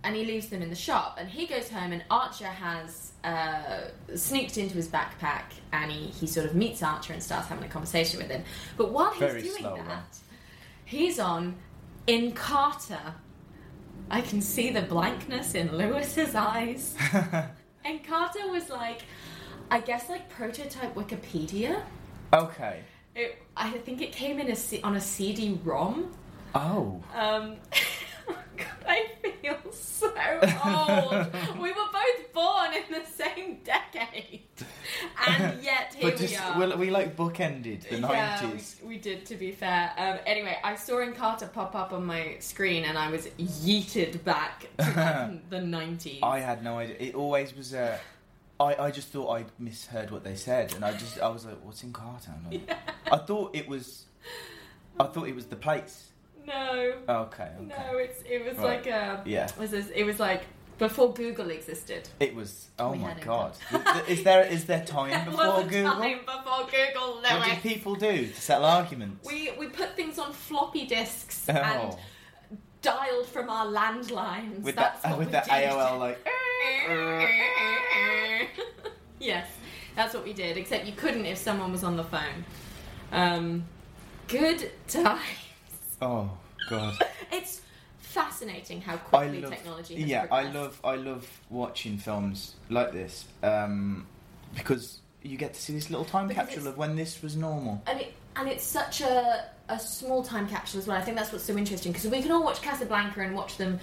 Speaker 2: and he leaves them in the shop, and he goes home, and Archer has uh, sneaked into his backpack, and he, he sort of meets Archer and starts having a conversation with him. But while he's
Speaker 4: Very
Speaker 2: doing
Speaker 4: slow,
Speaker 2: that,
Speaker 4: right?
Speaker 2: he's on in Carter. I can see the blankness in Lewis's
Speaker 4: [laughs]
Speaker 2: eyes. and Carter was like, I guess like prototype Wikipedia. um,
Speaker 4: okay.
Speaker 2: It, I think it came in a C- on a CD-ROM.
Speaker 4: Oh.
Speaker 2: Um, [laughs] God, I feel so
Speaker 4: [laughs]
Speaker 2: old. we were both born in the same decade,
Speaker 4: [laughs]
Speaker 2: and yet here
Speaker 4: but just,
Speaker 2: we are.
Speaker 4: well, we like bookended the
Speaker 2: yeah,
Speaker 4: 90s.
Speaker 2: we, we did. To be fair, um, anyway, I saw Encarta pop up on my screen, and I was
Speaker 4: [laughs]
Speaker 2: yeeted back to like, the nineties.
Speaker 4: I had no idea. It always was a. I, I just thought I misheard what they said, and I just I was like, "What's
Speaker 2: [laughs]
Speaker 4: in Cartown?" Like, I thought it was, I thought it was the place.
Speaker 2: No,
Speaker 4: Okay, okay.
Speaker 2: no, it's it was
Speaker 4: Right.
Speaker 2: like um,
Speaker 4: Yeah.
Speaker 2: was this, it was like before Google existed. [laughs]
Speaker 4: It was. Oh
Speaker 2: We
Speaker 4: my
Speaker 2: had it.
Speaker 4: god! Th- th- is there is
Speaker 2: [laughs]
Speaker 4: there time
Speaker 2: There
Speaker 4: before
Speaker 2: was a
Speaker 4: Google?
Speaker 2: time before Google,
Speaker 4: What
Speaker 2: Lewis.
Speaker 4: did people do to settle arguments?
Speaker 2: We we put things on floppy disks
Speaker 4: Oh.
Speaker 2: and dialed from our landlines.
Speaker 4: with
Speaker 2: That's
Speaker 4: [laughs] that
Speaker 2: what
Speaker 4: with
Speaker 2: we
Speaker 4: that
Speaker 2: did.
Speaker 4: AOL like.
Speaker 2: [laughs] yes, that's what we did. Except you couldn't if someone was on the phone. Um, good times.
Speaker 4: Oh god!
Speaker 2: [laughs] It's fascinating how
Speaker 4: I
Speaker 2: quickly
Speaker 4: love.
Speaker 2: technology. Has
Speaker 4: Yeah, I
Speaker 2: progressed.
Speaker 4: love I love watching films like this um, because you get to see this little time
Speaker 2: Because
Speaker 4: capsule
Speaker 2: it's-
Speaker 4: of when this was normal.
Speaker 2: and it and it's such a a small time capsule as well. I think that's what's so interesting because we can all watch Casablanca and watch them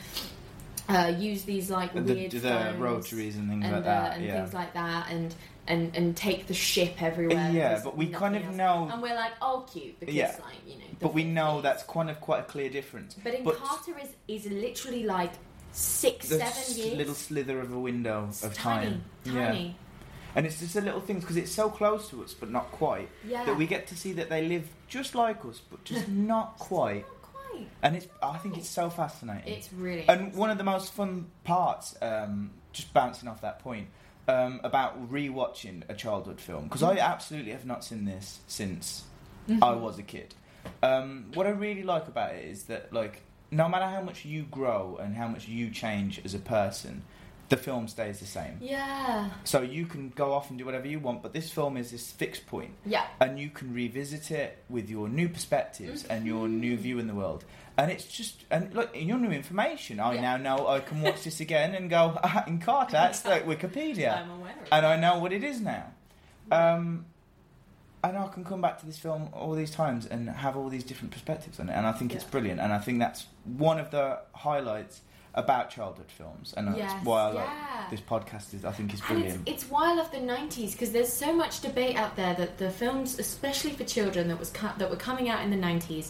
Speaker 2: uh, use these like
Speaker 4: The,
Speaker 2: weird
Speaker 4: the
Speaker 2: phones
Speaker 4: rotaries and things
Speaker 2: and,
Speaker 4: like
Speaker 2: uh,
Speaker 4: that.
Speaker 2: and
Speaker 4: Yeah.
Speaker 2: things like that and. And, and take the ship everywhere.
Speaker 4: Yeah,
Speaker 2: There's
Speaker 4: but we
Speaker 2: nothing
Speaker 4: kind of
Speaker 2: else.
Speaker 4: know-
Speaker 2: and we're like, oh, cute, because
Speaker 4: Yeah.
Speaker 2: like you know. the
Speaker 4: but we know
Speaker 2: 50s.
Speaker 4: that's kind of quite a clear difference.
Speaker 2: But in Carter is is literally like six,
Speaker 4: the
Speaker 2: seven
Speaker 4: s-
Speaker 2: years.
Speaker 4: little slither of a window
Speaker 2: It's
Speaker 4: of
Speaker 2: tiny,
Speaker 4: time. Yeah.
Speaker 2: tiny.
Speaker 4: And it's just the little things because it's so close to us, but not quite.
Speaker 2: Yeah.
Speaker 4: That we get to see that they live just like us,
Speaker 2: [laughs]
Speaker 4: but just not quite.
Speaker 2: Not quite.
Speaker 4: And it's I think it's so fascinating.
Speaker 2: It's really.
Speaker 4: and one of the most fun parts, um, just bouncing off that point, um, about rewatching a childhood film because
Speaker 2: Mm-hmm.
Speaker 4: I absolutely have not seen this since I was a kid. Um, what I really like about it is that like no matter how much you grow and how much you change as a person, the film stays the same.
Speaker 2: yeah.
Speaker 4: So you can go off and do whatever you want, but this film is this fixed point,
Speaker 2: Yeah.
Speaker 4: and you can revisit it with your new perspectives and your new
Speaker 2: Mm-hmm.
Speaker 4: view in the world. And it's just and look, in your new information. I
Speaker 2: Yeah.
Speaker 4: now know I can watch this again and go [laughs] ah, in Carter. That's like Wikipedia,
Speaker 2: [laughs] I'm aware of it.
Speaker 4: and I know what it is now. Um, and I can come back to this film all these times and have all these different perspectives on it, and I think it's
Speaker 2: Yeah.
Speaker 4: brilliant. And I think that's one of the highlights about childhood films, and
Speaker 2: Yes,
Speaker 4: that's why I like
Speaker 2: yeah.
Speaker 4: this podcast. Is I think is
Speaker 2: And
Speaker 4: brilliant.
Speaker 2: it's, it's wild of the 90s because there's so much debate out there that the films, especially for children, that was co- that were coming out in the 90s,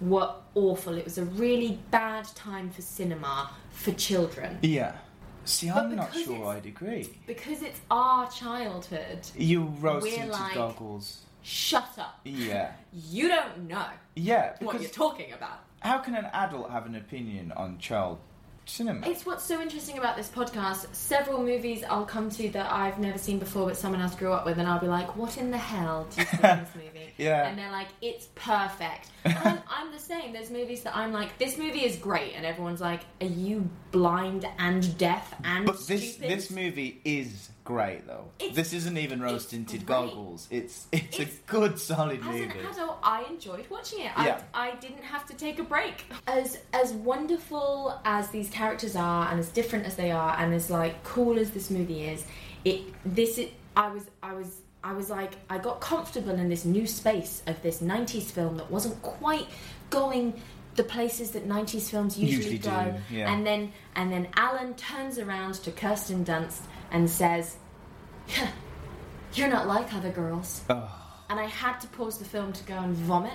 Speaker 2: were awful. It was a really bad time for cinema for children
Speaker 4: Yeah. See,
Speaker 2: But
Speaker 4: I'm not
Speaker 2: because
Speaker 4: sure
Speaker 2: it's-
Speaker 4: I'd agree.
Speaker 2: because it's our childhood.
Speaker 4: You rose
Speaker 2: We're
Speaker 4: tinted
Speaker 2: like- [laughs]
Speaker 4: goggles.
Speaker 2: Shut up!
Speaker 4: Yeah.
Speaker 2: You don't know
Speaker 4: Yeah,
Speaker 2: what you're
Speaker 4: because
Speaker 2: talking about.
Speaker 4: how can an adult have an opinion on child cinema?
Speaker 2: It's what's so interesting about this podcast. Several movies I'll come to that I've never seen before, but someone else grew up with, and I'll be like, "What in the hell do you see in this
Speaker 4: [laughs]
Speaker 2: movie?"
Speaker 4: Yeah.
Speaker 2: and they're like, "It's
Speaker 4: [laughs]
Speaker 2: perfect." And I'm, I'm the same. There's movies that I'm like, "This movie is great," and everyone's like, "Are you blind and deaf and
Speaker 4: But this
Speaker 2: stupid?"
Speaker 4: this movie is great though.
Speaker 2: It's-
Speaker 4: this isn't even rose
Speaker 2: it's
Speaker 4: tinted
Speaker 2: great.
Speaker 4: goggles. It's it's,
Speaker 2: It's-
Speaker 4: a good solid
Speaker 2: As an
Speaker 4: movie.
Speaker 2: adult, I enjoyed watching it.
Speaker 4: Yeah.
Speaker 2: I, I didn't have to take a break. As as wonderful as these characters are, and as different as they are, and as like cool as this movie is, it this is, I was I was I was like I got comfortable in this new space of this '90s film that wasn't quite going the places that '90s films usually,
Speaker 4: Usually do,
Speaker 2: go.
Speaker 4: yeah.
Speaker 2: And then and then Alan turns around to Kirsten Dunst and says. You're not like other girls and I had to pause the film to go and
Speaker 4: [laughs]
Speaker 2: vomit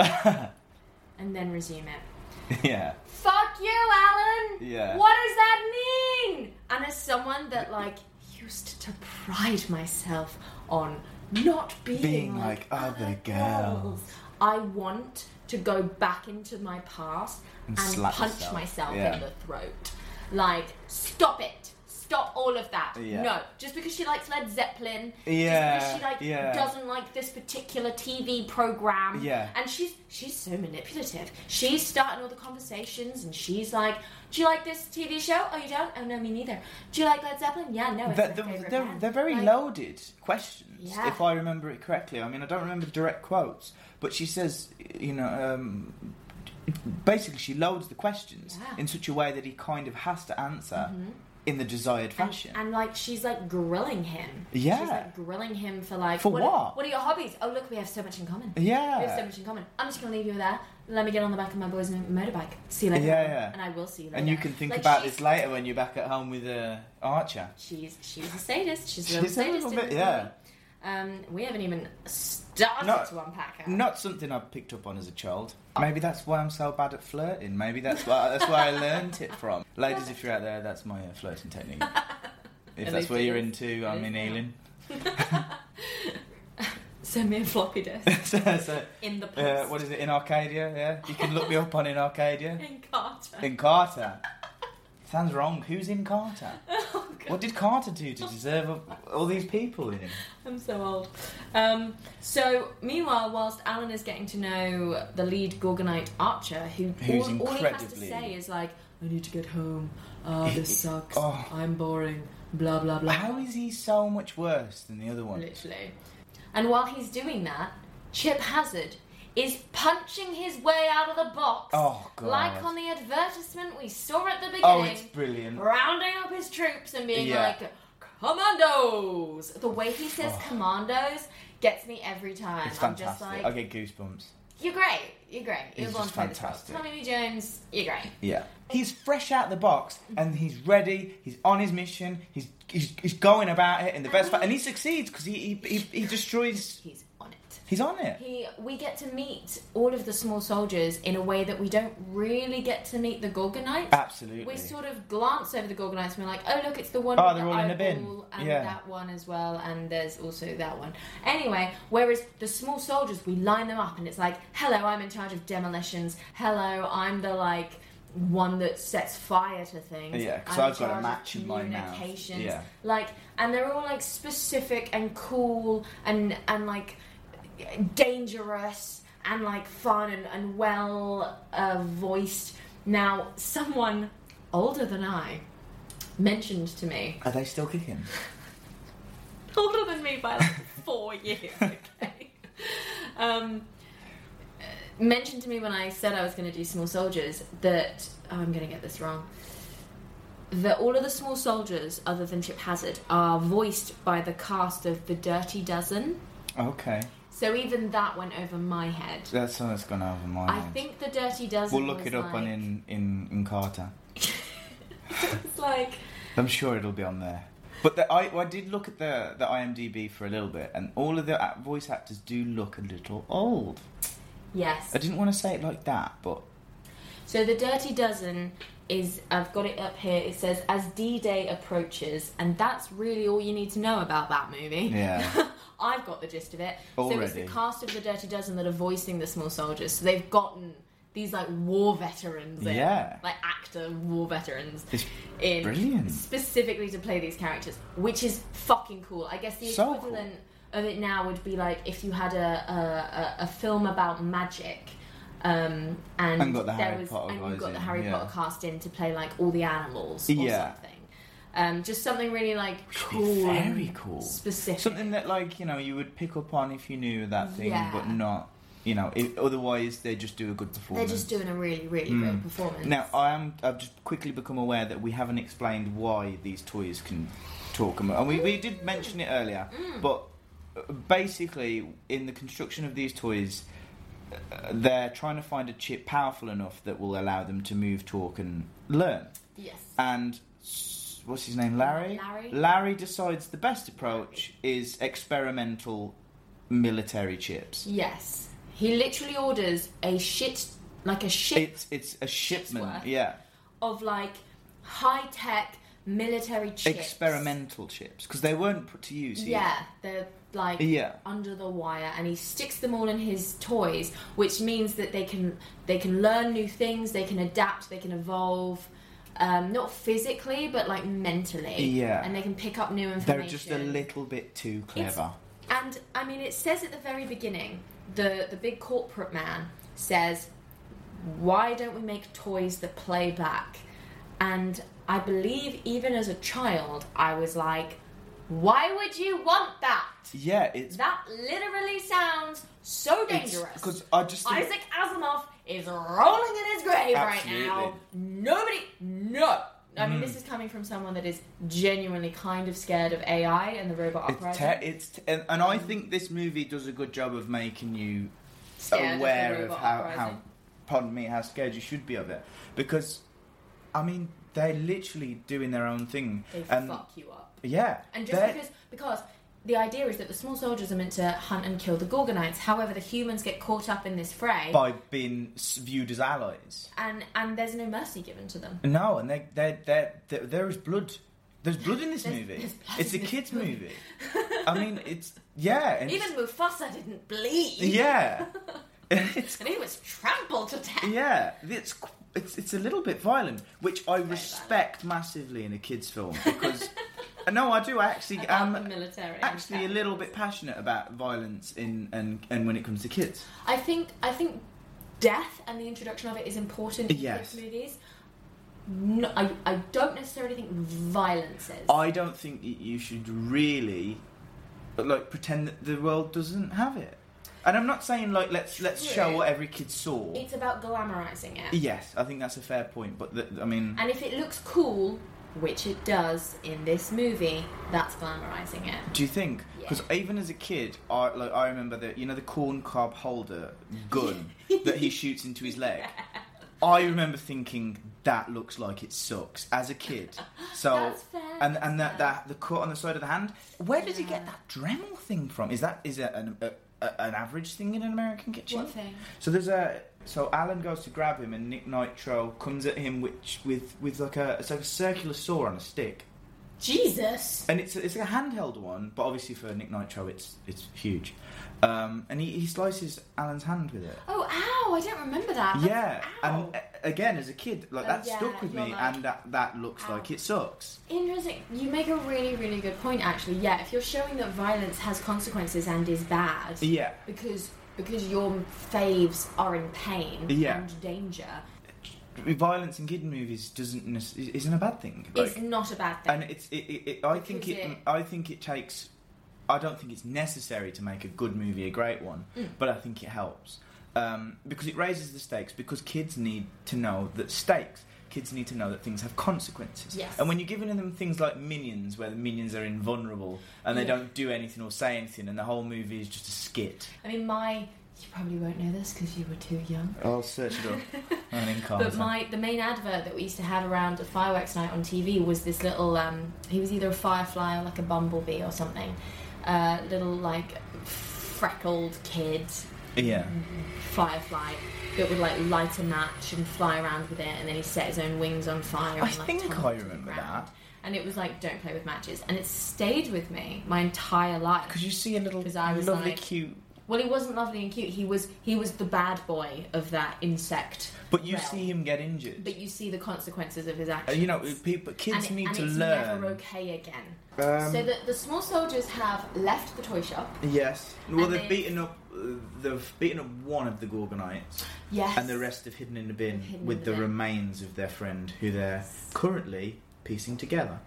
Speaker 2: and then resume it.
Speaker 4: [laughs] yeah.
Speaker 2: Fuck you, Alan!
Speaker 4: Yeah.
Speaker 2: What does that mean? And as someone that, like, used to pride myself on not being,
Speaker 4: Being like other girls.
Speaker 2: I want to go back into my past and,
Speaker 4: slap
Speaker 2: punch
Speaker 4: yourself.
Speaker 2: myself
Speaker 4: Yeah.
Speaker 2: in the throat. Like, stop it! Stop all of that.
Speaker 4: Yeah.
Speaker 2: No, just because she likes Led Zeppelin, just because
Speaker 4: Yeah,
Speaker 2: she like
Speaker 4: yeah.
Speaker 2: doesn't like this particular TV program.
Speaker 4: Yeah.
Speaker 2: And she's she's so manipulative. She's starting all the conversations and she's like, Do you like this TV show? Oh you don't? Oh no, me neither. Do you like Led Zeppelin? Yeah, no, it's
Speaker 4: They're,
Speaker 2: my
Speaker 4: they're,
Speaker 2: favorite
Speaker 4: they're,
Speaker 2: band."
Speaker 4: they're very
Speaker 2: Like,
Speaker 4: loaded questions,
Speaker 2: Yeah.
Speaker 4: if I remember it correctly. I mean, I don't remember direct quotes, but she says, you know, um, basically she loads the questions
Speaker 2: Yeah. Mm-hmm.
Speaker 4: in such a way that he kind of has to answer in the desired
Speaker 2: and-
Speaker 4: fashion.
Speaker 2: And, like she's like grilling him.
Speaker 4: Yeah.
Speaker 2: She's like grilling him for like
Speaker 4: For
Speaker 2: are-
Speaker 4: what?
Speaker 2: What are your hobbies? Oh look, we have so much in common. We have so
Speaker 4: yeah.
Speaker 2: much in common. I'm just gonna leave you there. Let me get on the back of my boy's mo- motorbike. See you later.
Speaker 4: Yeah, yeah.
Speaker 2: And I will see you later.
Speaker 4: And you can think
Speaker 2: Like,
Speaker 4: about
Speaker 2: she's-
Speaker 4: this later when you're back at home with uh, Archer.
Speaker 2: She's she's a sadist. She's a
Speaker 4: She's
Speaker 2: little
Speaker 4: a
Speaker 2: sadist.
Speaker 4: little
Speaker 2: in
Speaker 4: bit-
Speaker 2: this
Speaker 4: yeah.
Speaker 2: movie. Um, we haven't even started
Speaker 4: No,
Speaker 2: to unpack her.
Speaker 4: Not something I picked up on as a child. Maybe that's why I'm so bad at flirting. Maybe that's why that's where I learnt it from.
Speaker 2: [laughs]
Speaker 4: Ladies, if you're out there, that's my uh, flirting technique. If
Speaker 2: At
Speaker 4: that's
Speaker 2: least
Speaker 4: what
Speaker 2: it
Speaker 4: you're
Speaker 2: is.
Speaker 4: into,
Speaker 2: It
Speaker 4: I'm
Speaker 2: is
Speaker 4: in
Speaker 2: now.
Speaker 4: Ealing.
Speaker 2: Send me a floppy
Speaker 4: [laughs]
Speaker 2: disk
Speaker 4: so, so,
Speaker 2: in the post.
Speaker 4: uh, what is it in Arcadia? Yeah, you can look me up on in Arcadia.
Speaker 2: [laughs] In Carter.
Speaker 4: In Carter. Sounds wrong. Who's in Carter?
Speaker 2: oh, God.
Speaker 4: What did Carter do to deserve a- all these people in him?
Speaker 2: I'm so old. Um, so, meanwhile, whilst Alan is getting to know the lead Gorgonite Archer, who
Speaker 4: Who's
Speaker 2: all, all he has to
Speaker 4: incredibly-
Speaker 2: say is like, "I need to get home. Ah, this sucks.
Speaker 4: [laughs] Oh.
Speaker 2: I'm boring. Blah blah blah."
Speaker 4: How is he so much worse than the other one?
Speaker 2: Literally. And while he's doing that, Chip Hazard is punching his way out of the box,
Speaker 4: Oh, God.
Speaker 2: like on the advertisement we saw at the beginning.
Speaker 4: Oh, it's brilliant.
Speaker 2: rounding up his troops and being
Speaker 4: Yeah. Oh.
Speaker 2: like, "Commandos!" The way he says "commandos" gets me every time.
Speaker 4: It's
Speaker 2: I'm just
Speaker 4: fantastic.
Speaker 2: like,
Speaker 4: I get goosebumps.
Speaker 2: "You're great, you're great." You're
Speaker 4: It's
Speaker 2: born
Speaker 4: just
Speaker 2: for this role.
Speaker 4: fantastic.
Speaker 2: Tommy Lee Jones, you're great.
Speaker 4: Yeah. He's fresh out the box and he's ready. He's on his mission. He's he's, he's going about it in the best way, and he succeeds because he, he he he destroys.
Speaker 2: He's on it.
Speaker 4: He's on it.
Speaker 2: He, we get to meet all of the small soldiers in a way that we don't really get to meet the Gorgonites.
Speaker 4: Absolutely.
Speaker 2: We sort of glance over the Gorgonites and we're like, oh look, it's the one
Speaker 4: Oh,
Speaker 2: with
Speaker 4: they're
Speaker 2: the
Speaker 4: all in a bin.
Speaker 2: eyeball and
Speaker 4: Yeah.
Speaker 2: that one as well, and there's also that one. Anyway, whereas the small soldiers, we line them up and it's like, hello, I'm in charge of demolitions. Hello, I'm the like one that sets fire to things.
Speaker 4: Yeah, 'cause
Speaker 2: I'm
Speaker 4: I've got a
Speaker 2: charge of
Speaker 4: match in my mouth.
Speaker 2: communications."
Speaker 4: Yeah.
Speaker 2: Like, and they're all like specific and cool and and like dangerous and like fun and, and well uh, voiced. Now, someone older than I mentioned to me,
Speaker 4: Are they still kicking?
Speaker 2: older than me by like [laughs] four years, okay, um, uh, mentioned to me when I said I was going to do Small Soldiers that oh, I'm going to get this wrong. That all of the small soldiers, other than Chip Hazard, are voiced by the cast of The Dirty Dozen.
Speaker 4: Okay.
Speaker 2: So even that went over my head.
Speaker 4: That's something that's gone over my
Speaker 2: I
Speaker 4: head.
Speaker 2: think the Dirty Dozen.
Speaker 4: we'll look
Speaker 2: was
Speaker 4: it up on
Speaker 2: like-
Speaker 4: in in in Carter.
Speaker 2: It's like
Speaker 4: I'm sure it'll be on there. But the, I, I did look at the, the IMDb for a little bit, and all of the act- voice actors do look a little old.
Speaker 2: yes.
Speaker 4: I didn't want to say it like that, but
Speaker 2: So the Dirty Dozen is. I've got it up here. It says as D-Day approaches, and that's really all you need to know about that movie.
Speaker 4: Yeah.
Speaker 2: [laughs] I've got the gist of it. So it's the
Speaker 4: Already.
Speaker 2: cast of the Dirty Dozen that are voicing the small soldiers. So they've gotten these like war veterans. In,
Speaker 4: Yeah.
Speaker 2: Like actor war veterans.
Speaker 4: It's
Speaker 2: in
Speaker 4: brilliant.
Speaker 2: Specifically to play these characters, which is fucking cool. I guess the
Speaker 4: So cool.
Speaker 2: equivalent of it now would be like if you had a a, a, a film about magic. Um, and,
Speaker 4: And got the
Speaker 2: there
Speaker 4: Harry
Speaker 2: was,
Speaker 4: Potter
Speaker 2: and you
Speaker 4: guys
Speaker 2: got the
Speaker 4: in,
Speaker 2: Harry
Speaker 4: yeah.
Speaker 2: Potter cast in to play like all the animals or
Speaker 4: Yeah.
Speaker 2: something. Um, just something really like
Speaker 4: should
Speaker 2: cool,
Speaker 4: be
Speaker 2: and
Speaker 4: very cool.
Speaker 2: specific.
Speaker 4: Something that, like, you know, you would pick up on if you knew that thing,
Speaker 2: Yeah.
Speaker 4: but not, you know, if, otherwise they just do a good
Speaker 2: They're
Speaker 4: performance.
Speaker 2: just doing a really, really great performance.
Speaker 4: Hmm. Now, I am, I've just quickly become aware that we haven't explained why these toys can talk. And and we, we did mention it earlier,
Speaker 2: Mm.
Speaker 4: but uh, basically, in the construction of these toys, uh, they're trying to find a chip powerful enough that will allow them to move, talk, and learn.
Speaker 2: yes,
Speaker 4: and s- what's his name, Larry?
Speaker 2: Larry.
Speaker 4: decides the best approach is experimental military chips.
Speaker 2: yes. He literally orders a shit, like a shit
Speaker 4: It's it's a shipment,
Speaker 2: worth.
Speaker 4: yeah.
Speaker 2: of like high tech military chips.
Speaker 4: Experimental chips because they weren't put to use. here.
Speaker 2: Yeah, they're like
Speaker 4: Yeah.
Speaker 2: under the wire, and he sticks them all in his toys, which means that they can they can learn new things, they can adapt, they can evolve. Um, not physically, but like mentally.
Speaker 4: Yeah.
Speaker 2: And they can pick up new information.
Speaker 4: they're just a little bit too
Speaker 2: It's-
Speaker 4: clever.
Speaker 2: And I mean, it says at the very beginning, the the big corporate man says, "Why don't we make toys that play back?" And I believe even as a child, I was like, "Why would you want that?
Speaker 4: yeah, it's
Speaker 2: That literally sounds so dangerous."
Speaker 4: because I just think-
Speaker 2: Isaac Asimov is rolling in his grave right now.
Speaker 4: Absolutely. Mm.
Speaker 2: Nobody, no. I mean, this is coming from someone that is genuinely kind of scared of AI and the robot
Speaker 4: it's
Speaker 2: uprising.
Speaker 4: te- it's te- and, and I think this movie does a good job of making you
Speaker 2: Scared of the
Speaker 4: aware of
Speaker 2: robot
Speaker 4: how, how
Speaker 2: uprising.
Speaker 4: pardon me how scared you should be of it because I mean they're literally doing their own thing
Speaker 2: they
Speaker 4: and
Speaker 2: fuck you up.
Speaker 4: yeah
Speaker 2: And just
Speaker 4: they're-
Speaker 2: because because the idea is that the small soldiers are meant to hunt and kill the Gorgonites. However, the humans get caught up in this fray,
Speaker 4: by being s- viewed as allies
Speaker 2: and and there's no mercy given to them.
Speaker 4: no and they they they there is blood there's blood in this movie
Speaker 2: there's blood
Speaker 4: it's a
Speaker 2: in this
Speaker 4: kids movie
Speaker 2: [laughs]
Speaker 4: I mean, it's yeah, and
Speaker 2: Even Mufasa didn't bleed.
Speaker 4: yeah, it's
Speaker 2: And he was trampled to death.
Speaker 4: yeah, it's qu- it's it's a little bit violent, which I respect massively in a kids' film
Speaker 2: [laughs]
Speaker 4: because no, I do I actually
Speaker 2: About
Speaker 4: am
Speaker 2: the military. and
Speaker 4: um, actually a
Speaker 2: camps.
Speaker 4: little bit passionate about violence in and and when it comes to kids.
Speaker 2: I think I think death and the introduction of it is important in
Speaker 4: Yes.
Speaker 2: kids' movies. No, I, I don't necessarily think violence is.
Speaker 4: I don't think y- you should really, but like pretend that the world doesn't have it. And I'm not saying like let's let's show
Speaker 2: True.
Speaker 4: what every kid saw.
Speaker 2: It's about glamorizing it.
Speaker 4: yes, I think that's a fair point. But th I mean,
Speaker 2: And if it looks cool, which it does in this movie, that's glamorizing it.
Speaker 4: do you think? Because even as a kid, I like I remember the you know the corn cob holder
Speaker 2: [laughs]
Speaker 4: gun that he shoots into his leg. I remember thinking that looks like it sucks as a kid.
Speaker 2: [laughs]
Speaker 4: So
Speaker 2: That's fair,
Speaker 4: and and that, that the cut on the side of the hand. Where did he get that Dremel thing from? Is that is it an a, a, an average thing in an American kitchen?
Speaker 2: What thing?
Speaker 4: So there's a so Alan goes to grab him and Nick Nitro comes at him which with with like a it's like a circular saw on a stick.
Speaker 2: Jesus!
Speaker 4: And it's it's like a handheld one, but obviously for Nick Nitro, it's it's huge. Um, and he, he slices Alan's hand with it.
Speaker 2: Oh, ow! I don't remember that. That's- ow.
Speaker 4: yeah, and uh, again as a kid, like
Speaker 2: Oh,
Speaker 4: that
Speaker 2: yeah,
Speaker 4: stuck with
Speaker 2: you're
Speaker 4: me,
Speaker 2: like-
Speaker 4: and that that looks
Speaker 2: Ow.
Speaker 4: like it sucks.
Speaker 2: Interesting. You make a really, really good point, actually. Yeah, if you're showing that violence has consequences and is bad,
Speaker 4: Yeah,
Speaker 2: because because your faves are in pain
Speaker 4: Yeah.
Speaker 2: and danger,
Speaker 4: violence in kid movies doesn't nec- isn't a bad thing.
Speaker 2: it's not a bad thing.
Speaker 4: and it's it, it, it I think it,
Speaker 2: Because it-
Speaker 4: I think it takes I don't think it's necessary to make a good movie a great one
Speaker 2: Mm.
Speaker 4: but I think it helps um, because it raises the stakes because kids need to know that stakes kids need to know that things have consequences
Speaker 2: Yes.
Speaker 4: and when you're giving them things like minions where the minions are invulnerable and they
Speaker 2: Yeah.
Speaker 4: don't do anything or say anything and the whole movie is just a skit
Speaker 2: I mean, my you probably won't know this because you were too young.
Speaker 4: I'll search it up [laughs] and then calm
Speaker 2: But
Speaker 4: down.
Speaker 2: my the main advert that we used to have around a fireworks night on TV was this little. Um, he was either a firefly or like a bumblebee or something. Uh, little like freckled kid
Speaker 4: yeah
Speaker 2: firefly that would like light a match and fly around with it, and then he set his own wings on fire.
Speaker 4: I
Speaker 2: and, like,
Speaker 4: think
Speaker 2: tumbled
Speaker 4: I
Speaker 2: to the
Speaker 4: remember
Speaker 2: ground.
Speaker 4: that.
Speaker 2: And it was like, don't play with matches, and it stayed with me my entire life.
Speaker 4: because you see a little
Speaker 2: 'Cause I was
Speaker 4: lovely
Speaker 2: like-
Speaker 4: cute
Speaker 2: Well, he wasn't lovely and cute. He was he was the bad boy of that insect.
Speaker 4: but you
Speaker 2: realm.
Speaker 4: see him get injured
Speaker 2: But you see the consequences of his
Speaker 4: Uh,
Speaker 2: actions.
Speaker 4: you know people kids
Speaker 2: and it-
Speaker 4: need
Speaker 2: and
Speaker 4: to
Speaker 2: it's
Speaker 4: learn
Speaker 2: never okay again.
Speaker 4: Um,
Speaker 2: so the, the small soldiers have left the toy shop.
Speaker 4: Yes. Well,
Speaker 2: And
Speaker 4: they've
Speaker 2: they've-
Speaker 4: beaten up. uh, They've beaten up one of the Gorgonites,
Speaker 2: Yes.
Speaker 4: and the rest have hidden in a bin
Speaker 2: Hidden in
Speaker 4: with
Speaker 2: the
Speaker 4: the
Speaker 2: bin.
Speaker 4: remains of their friend, who they're currently piecing together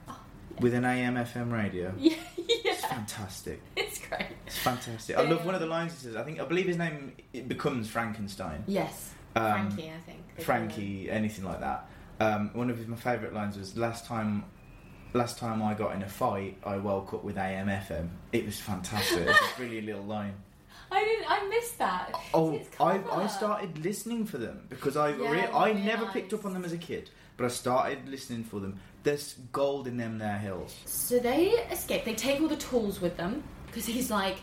Speaker 4: with an AM/FM radio.
Speaker 2: [laughs] Oh. Yeah,
Speaker 4: It's
Speaker 2: yeah,
Speaker 4: fantastic.
Speaker 2: it's great.
Speaker 4: It's fantastic. I love
Speaker 2: Yeah.
Speaker 4: one of the lines. It says, "I think I believe his name it becomes Frankenstein."
Speaker 2: Yes,
Speaker 4: Um,
Speaker 2: Frankie, I think. they call him.
Speaker 4: Frankie, anything like that. Um, one of his- my favourite lines was last time. Last time I got in a fight, I woke up with AM/FM. It was fantastic. It's
Speaker 2: [laughs]
Speaker 4: a brilliant little line.
Speaker 2: I didn't. I missed that.
Speaker 4: Oh,
Speaker 2: It's
Speaker 4: I,
Speaker 2: clever.
Speaker 4: I started listening for them because I
Speaker 2: Yeah,
Speaker 4: rea-
Speaker 2: you
Speaker 4: I never
Speaker 2: realise.
Speaker 4: picked up on them as a kid, but I started listening for them. There's gold in them there hills.
Speaker 2: So they escape. They take all the tools with them because he's like,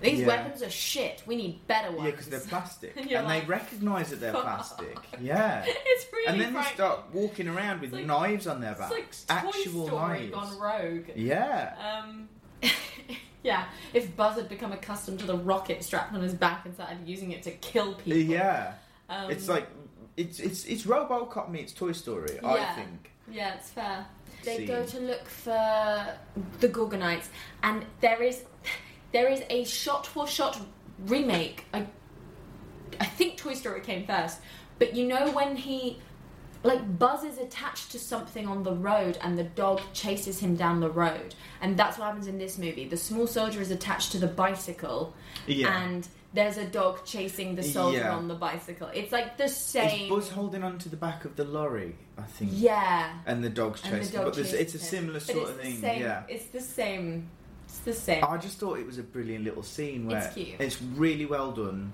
Speaker 2: these
Speaker 4: Yeah.
Speaker 2: weapons are shit. We need better ones.
Speaker 4: Yeah, because they're plastic,
Speaker 2: And
Speaker 4: and,
Speaker 2: you're
Speaker 4: they
Speaker 2: like,
Speaker 4: recognise that
Speaker 2: [laughs]
Speaker 4: they're
Speaker 2: "Fuck."
Speaker 4: plastic. Yeah,
Speaker 2: [laughs] it's [laughs] really.
Speaker 4: and then they
Speaker 2: frightening.
Speaker 4: start walking around with
Speaker 2: like-
Speaker 4: knives on their
Speaker 2: It's
Speaker 4: backs,
Speaker 2: like
Speaker 4: actual
Speaker 2: Toy Story
Speaker 4: knives.
Speaker 2: gone rogue.
Speaker 4: Yeah,
Speaker 2: Um, [laughs] yeah, if Buzz had become accustomed to the rocket strapped on his back and started using it to kill people.
Speaker 4: yeah.
Speaker 2: Um,
Speaker 4: it's like it's it's it's RoboCop meets Toy Story. I
Speaker 2: Yeah.
Speaker 4: think.
Speaker 2: Yeah, it's fair. They
Speaker 4: See.
Speaker 2: go to look for the Gorgonites, and there is there is a shot for shot remake. I I think Toy Story came first, but you know when he like Buzz is attached to something on the road, and the dog chases him down the road, and that's what happens in this movie. The small soldier is attached to the bicycle,
Speaker 4: Yeah.
Speaker 2: and there's a dog chasing the soldier
Speaker 4: Yeah.
Speaker 2: on the bicycle. It's like the
Speaker 4: Is
Speaker 2: same.
Speaker 4: Buzz holding onto the back of the lorry? I think.
Speaker 2: yeah.
Speaker 4: And the dogs
Speaker 2: And the
Speaker 4: chasing,
Speaker 2: dog
Speaker 4: but there's, it's
Speaker 2: chases
Speaker 4: a
Speaker 2: him.
Speaker 4: similar
Speaker 2: But
Speaker 4: sort
Speaker 2: it's
Speaker 4: of
Speaker 2: the
Speaker 4: thing.
Speaker 2: same-
Speaker 4: yeah.
Speaker 2: it's the same. It's the same.
Speaker 4: I just thought it was a brilliant little scene where
Speaker 2: It's cute.
Speaker 4: really well done.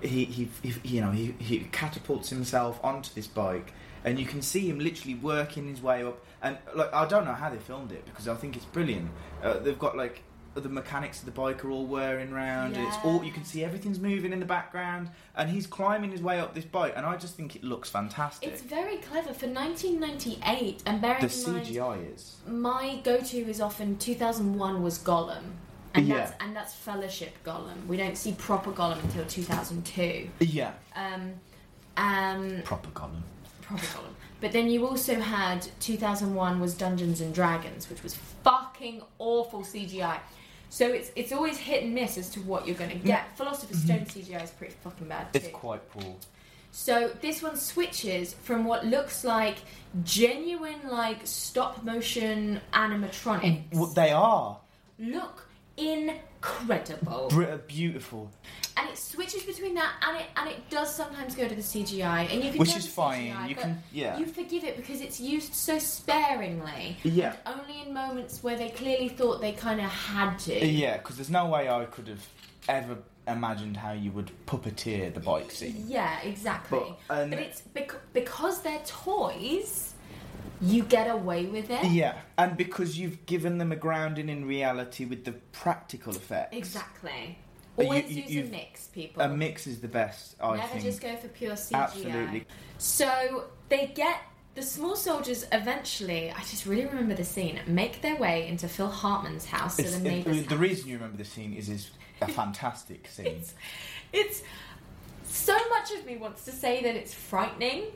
Speaker 4: He, he, he you know, he, he catapults himself onto this bike, and you can see him literally working his way up. And like, I don't know how they filmed it because I think it's brilliant. Uh, they've got like the mechanics of the bike are all whirring round, and it's all you can see everything's moving in the background, and he's climbing his way up this bike, and I just think it looks fantastic.
Speaker 2: it's very clever for 1998. And bearing
Speaker 4: the
Speaker 2: in mind,
Speaker 4: CGI is
Speaker 2: my go-to is often 2001 was Gollum, and
Speaker 4: Yeah.
Speaker 2: that's and that's Fellowship Gollum. We don't see proper Gollum until 2002.
Speaker 4: Yeah.
Speaker 2: Um, um,
Speaker 4: Proper column.
Speaker 2: proper Gollum. But then you also had 2001 was Dungeons and Dragons, which was fucking awful CGI. So it's it's always hit and miss as to what you're going to get. Philosopher's Stone CGI is pretty fucking bad too.
Speaker 4: It's quite poor.
Speaker 2: So this one switches from what looks like genuine, like stop motion animatronics.
Speaker 4: Well, they are
Speaker 2: Look incredible,
Speaker 4: Br- beautiful,
Speaker 2: and it switches between that and it and it does sometimes go to the CGI, and you can
Speaker 4: Which
Speaker 2: go
Speaker 4: is
Speaker 2: to
Speaker 4: fine,
Speaker 2: CGI,
Speaker 4: you
Speaker 2: but
Speaker 4: can- yeah.
Speaker 2: you forgive it because it's used so sparingly.
Speaker 4: Yeah.
Speaker 2: and only in moments where they clearly thought they kind of had to.
Speaker 4: yeah. Because there's no way I could have ever imagined how you would puppeteer the bike scene.
Speaker 2: Yeah, exactly.
Speaker 4: But, um,
Speaker 2: it's bec- because they're toys, you get away with it.
Speaker 4: Yeah, and because you've given them a grounding in reality with the practical effects.
Speaker 2: Exactly.
Speaker 4: But you-
Speaker 2: Always
Speaker 4: you-
Speaker 2: use
Speaker 4: you've-
Speaker 2: a mix, people.
Speaker 4: A mix is the best, I
Speaker 2: Never
Speaker 4: think.
Speaker 2: just go for pure CGI.
Speaker 4: Absolutely.
Speaker 2: So they get the small soldiers eventually. I just really remember the scene. Make their way into Phil Hartman's house. So
Speaker 4: It's-
Speaker 2: the
Speaker 4: it-
Speaker 2: neighbors.
Speaker 4: the reason you remember the scene is is
Speaker 2: [laughs]
Speaker 4: a fantastic scene.
Speaker 2: It's, [laughs] it's so much of me wants to say that it's frightening,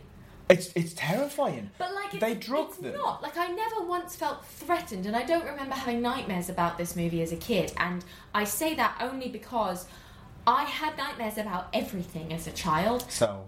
Speaker 4: It's it's terrifying.
Speaker 2: but like it's,
Speaker 4: they drug
Speaker 2: it's
Speaker 4: them.
Speaker 2: not. Like I never once felt threatened, and I don't remember having nightmares about this movie as a kid. And I say that only because I had nightmares about everything as a child.
Speaker 4: So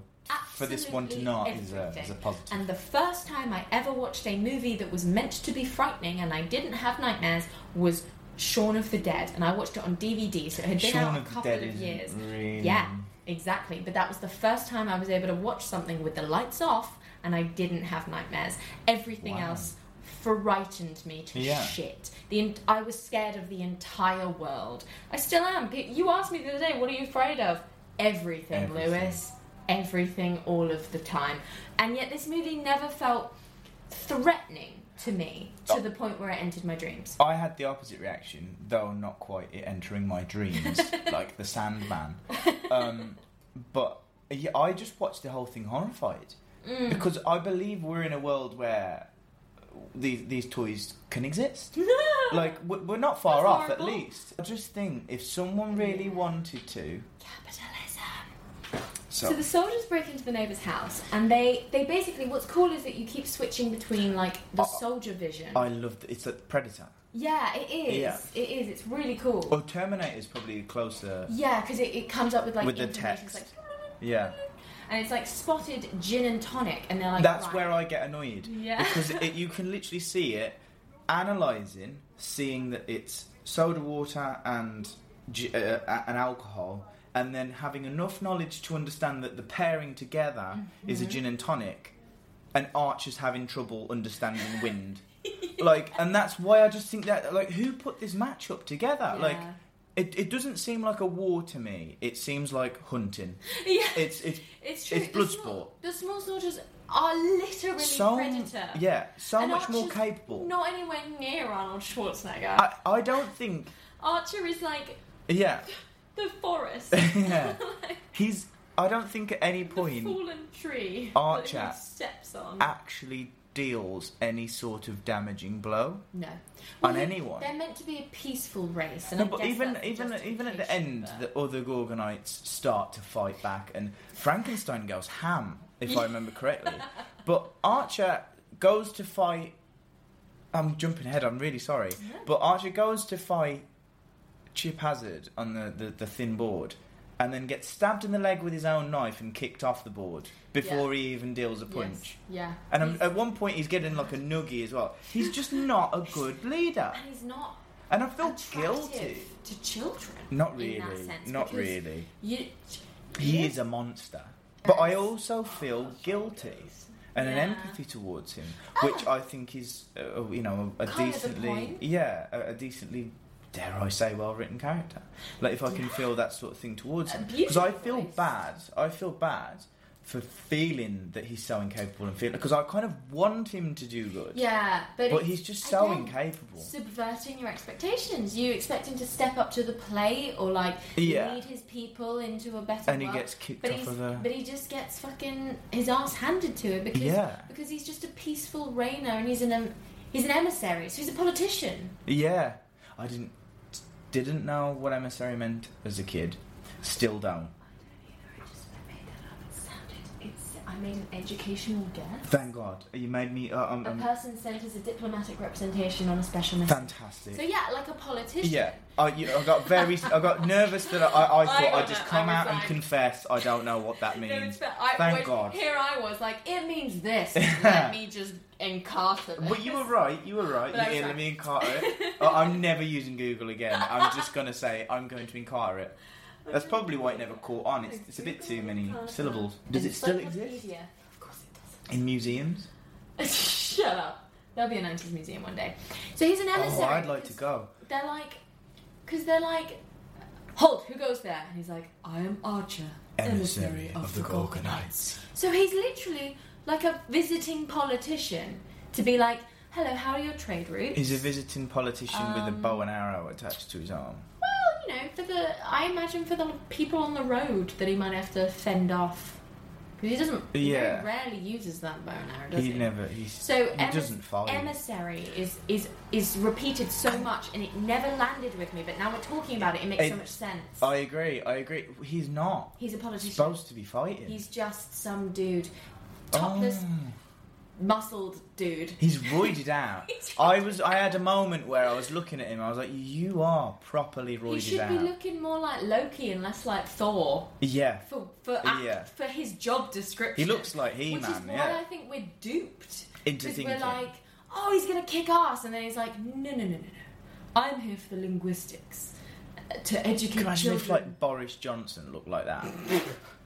Speaker 4: for this one to
Speaker 2: Absolutely
Speaker 4: not is a,
Speaker 2: everything.
Speaker 4: is a positive.
Speaker 2: And the first time I ever watched a movie that was meant to be frightening and I didn't have nightmares was Shaun of the Dead, and I watched it on DVD, so it had been
Speaker 4: Shaun
Speaker 2: out a
Speaker 4: of the
Speaker 2: couple
Speaker 4: Dead
Speaker 2: of
Speaker 4: isn't
Speaker 2: years.
Speaker 4: really-
Speaker 2: Yeah, exactly. But that was the first time I was able to watch something with the lights off, and I didn't have nightmares. Everything
Speaker 4: Wow.
Speaker 2: else frightened me to
Speaker 4: Yeah.
Speaker 2: shit. The en- I was scared of the entire world. I still am. Pe- You asked me the other day, "What are you afraid of?" Everything,
Speaker 4: Everything.
Speaker 2: Lewis. Everything, all of the time. And yet, this movie never felt threatening to me to
Speaker 4: Oh.
Speaker 2: the point where it entered my dreams.
Speaker 4: I had the opposite reaction, though not quite it entering my
Speaker 2: [laughs]
Speaker 4: dreams, like the Sandman. Um, but yeah, I just watched the whole thing horrified
Speaker 2: Mm.
Speaker 4: because I believe we're in a world where these these toys can exist.
Speaker 2: [laughs] [gasps]
Speaker 4: Like we- we're not far
Speaker 2: That's
Speaker 4: off,
Speaker 2: horrible.
Speaker 4: at least. I just think if someone really wanted to,
Speaker 2: Capitalism.
Speaker 4: so,
Speaker 2: So the soldiers break into the neighbor's house, and they they basically what's cool is that you keep switching between like the soldier vision.
Speaker 4: Oh. I loved it's a Predator.
Speaker 2: yeah, it is.
Speaker 4: Yeah. Oh.
Speaker 2: It is. It's really cool.
Speaker 4: Or Terminator is probably closer.
Speaker 2: Yeah, because it, it comes up with like
Speaker 4: With the
Speaker 2: information, it's
Speaker 4: text.
Speaker 2: like,
Speaker 4: Yeah.
Speaker 2: and it's like spotted gin and tonic, and they're like
Speaker 4: That's
Speaker 2: right.
Speaker 4: where I get annoyed.
Speaker 2: Yeah.
Speaker 4: Because
Speaker 2: [laughs]
Speaker 4: it, you can literally see it, analysing, seeing that it's soda water and, g- uh, uh, and alcohol, and then having enough knowledge to understand that the pairing together is a
Speaker 2: Mm-hmm.
Speaker 4: gin and tonic, and Archer's having trouble
Speaker 2: [laughs]
Speaker 4: understanding wind. Like, and that's why I just think that, like, who put this matchup together? Like,
Speaker 2: Yeah.
Speaker 4: it, it doesn't seem like a war to me. It seems like hunting.
Speaker 2: [laughs] yeah,
Speaker 4: It's it's
Speaker 2: [laughs] it's true.
Speaker 4: it's
Speaker 2: The small-
Speaker 4: Bloodsport.
Speaker 2: The small soldiers are literally
Speaker 4: so
Speaker 2: predator.
Speaker 4: yeah, so
Speaker 2: And
Speaker 4: much more
Speaker 2: Archer's
Speaker 4: capable.
Speaker 2: Not anywhere near Arnold Schwarzenegger.
Speaker 4: I, I don't think.
Speaker 2: Archer is like
Speaker 4: Yeah, [laughs]
Speaker 2: the forest, [laughs]
Speaker 4: yeah.
Speaker 2: like
Speaker 4: He's. I don't think at any
Speaker 2: the
Speaker 4: point
Speaker 2: fallen tree that
Speaker 4: Archer.
Speaker 2: he steps on.
Speaker 4: actually deals any sort of damaging blow.
Speaker 2: No.
Speaker 4: On
Speaker 2: they-
Speaker 4: anyone.
Speaker 2: They're meant to be a peaceful race. And
Speaker 4: No,
Speaker 2: I
Speaker 4: but
Speaker 2: guess
Speaker 4: even
Speaker 2: that's the
Speaker 4: even even at the
Speaker 2: justification,
Speaker 4: end,
Speaker 2: but-
Speaker 4: the other Gorgonites start to fight back, and Frankenstein goes ham, if I remember
Speaker 2: [laughs]
Speaker 4: correctly. But Archer goes to fight. I'm jumping ahead. I'm really sorry, but Archer goes to fight Chip Hazard on the, the, the thin board, and then gets stabbed in the leg with his own knife and kicked off the board before he even deals a punch.
Speaker 2: Yes. Yeah.
Speaker 4: And
Speaker 2: he's,
Speaker 4: um, at one point, he's getting like a nuggy as well. He's just not a good leader,
Speaker 2: and he's not
Speaker 4: and I feel
Speaker 2: attractive
Speaker 4: guilty.
Speaker 2: to children.
Speaker 4: Not
Speaker 2: in
Speaker 4: really.
Speaker 2: that sense,
Speaker 4: not
Speaker 2: because
Speaker 4: really.
Speaker 2: You,
Speaker 4: He
Speaker 2: Yes.
Speaker 4: is a monster. But I
Speaker 2: Yes.
Speaker 4: also feel guilty and an
Speaker 2: Yeah. Ah.
Speaker 4: empathy towards him, which I think is, uh, you know, a
Speaker 2: Kind of the
Speaker 4: decently,
Speaker 2: point.
Speaker 4: yeah, a, a decently, dare I say, well-written character. Like if I can feel that sort of thing towards him, because I
Speaker 2: beautiful
Speaker 4: feel
Speaker 2: voice.
Speaker 4: bad. I feel bad for feeling that he's so incapable and feeling because I kind of want him to do good,
Speaker 2: yeah, but,
Speaker 4: but
Speaker 2: it's-
Speaker 4: he's just so
Speaker 2: again,
Speaker 4: incapable.
Speaker 2: Subverting your expectations. You expect him to step up to the plate or like
Speaker 4: Yeah.
Speaker 2: lead his people into a better.
Speaker 4: And he
Speaker 2: world,
Speaker 4: gets kicked
Speaker 2: but
Speaker 4: off
Speaker 2: he's-
Speaker 4: of a-
Speaker 2: But he just gets fucking his ass handed to him because
Speaker 4: Yeah.
Speaker 2: because he's just a peaceful reigner and he's an um, he's an emissary, so he's a politician.
Speaker 4: Yeah, I didn't didn't know what emissary meant as a kid. Still don't.
Speaker 2: It's, I made an educational guess.
Speaker 4: Thank God you made me. Uh, um,
Speaker 2: A
Speaker 4: um,
Speaker 2: person sent as a diplomatic representation on a special mission.
Speaker 4: fantastic.
Speaker 2: So yeah, like a politician.
Speaker 4: Yeah, I, you, I got very, I got nervous that I, I, I thought
Speaker 2: got
Speaker 4: I'd just
Speaker 2: that.
Speaker 4: come
Speaker 2: I was
Speaker 4: out and
Speaker 2: like-
Speaker 4: confess I don't know what that
Speaker 2: [laughs] No, it's
Speaker 4: means.
Speaker 2: fair. I,
Speaker 4: Thank
Speaker 2: when-
Speaker 4: God.
Speaker 2: Here I was like, it means
Speaker 4: [laughs]
Speaker 2: this. Let me just incarcerate.
Speaker 4: But you were right. You were right.
Speaker 2: But I
Speaker 4: You
Speaker 2: was
Speaker 4: let
Speaker 2: right.
Speaker 4: me encarter
Speaker 2: [laughs]
Speaker 4: it. Oh, I'm never using Google again. I'm just gonna say I'm going to encarter it. That's probably why it never caught on. It's, it's a bit too many syllables. Does it still exist
Speaker 2: Encyclopedia. Of course it does.
Speaker 4: in museums?
Speaker 2: [laughs] Shut up. There'll be a 90s museum one day. So he's an
Speaker 4: Oh,
Speaker 2: emissary.
Speaker 4: I'd like to
Speaker 2: 'cause
Speaker 4: go.
Speaker 2: They're like, because they're like, hold, who goes there? And he's like, I am Archer,
Speaker 4: Emissary of the Gorgon
Speaker 2: So he's literally like a visiting politician to be like, hello, how are your trade routes?
Speaker 4: He's a visiting politician with a
Speaker 2: Um,
Speaker 4: bow and arrow attached to his arm.
Speaker 2: well, you know, for the, I imagine for the people on the road that he might have to fend off. Because he doesn't, he very
Speaker 4: Yeah.
Speaker 2: rarely uses that bow and arrow, does
Speaker 4: He
Speaker 2: he?
Speaker 4: never. He's,
Speaker 2: So
Speaker 4: he
Speaker 2: emis-
Speaker 4: doesn't follow.
Speaker 2: emissary is, is is repeated so much, and it never landed with me. But now we're talking about it; it makes so
Speaker 4: It-
Speaker 2: much sense.
Speaker 4: I agree. I agree. He's not
Speaker 2: He's a politician.
Speaker 4: supposed to be fighting.
Speaker 2: He's just some dude, topless,
Speaker 4: Oh.
Speaker 2: muscled dude.
Speaker 4: He's roided
Speaker 2: [laughs]
Speaker 4: out.
Speaker 2: He's
Speaker 4: I was. I had a moment where I was looking at him. I was like, "You are properly
Speaker 2: He
Speaker 4: roided
Speaker 2: should
Speaker 4: out."
Speaker 2: be looking more like Loki and less like Thor
Speaker 4: yeah,
Speaker 2: for for act-
Speaker 4: Yeah.
Speaker 2: for his job description.
Speaker 4: he looks like
Speaker 2: Which is
Speaker 4: He-Man.
Speaker 2: why I
Speaker 4: Yeah,
Speaker 2: think we're duped.
Speaker 4: Into
Speaker 2: Because we're
Speaker 4: thinking.
Speaker 2: like, oh, he's gonna kick ass, and then he's like, no, no, no, no, no. I'm here for the linguistics, uh, to educate
Speaker 4: Can you imagine if
Speaker 2: children."
Speaker 4: like Boris Johnson looked like that?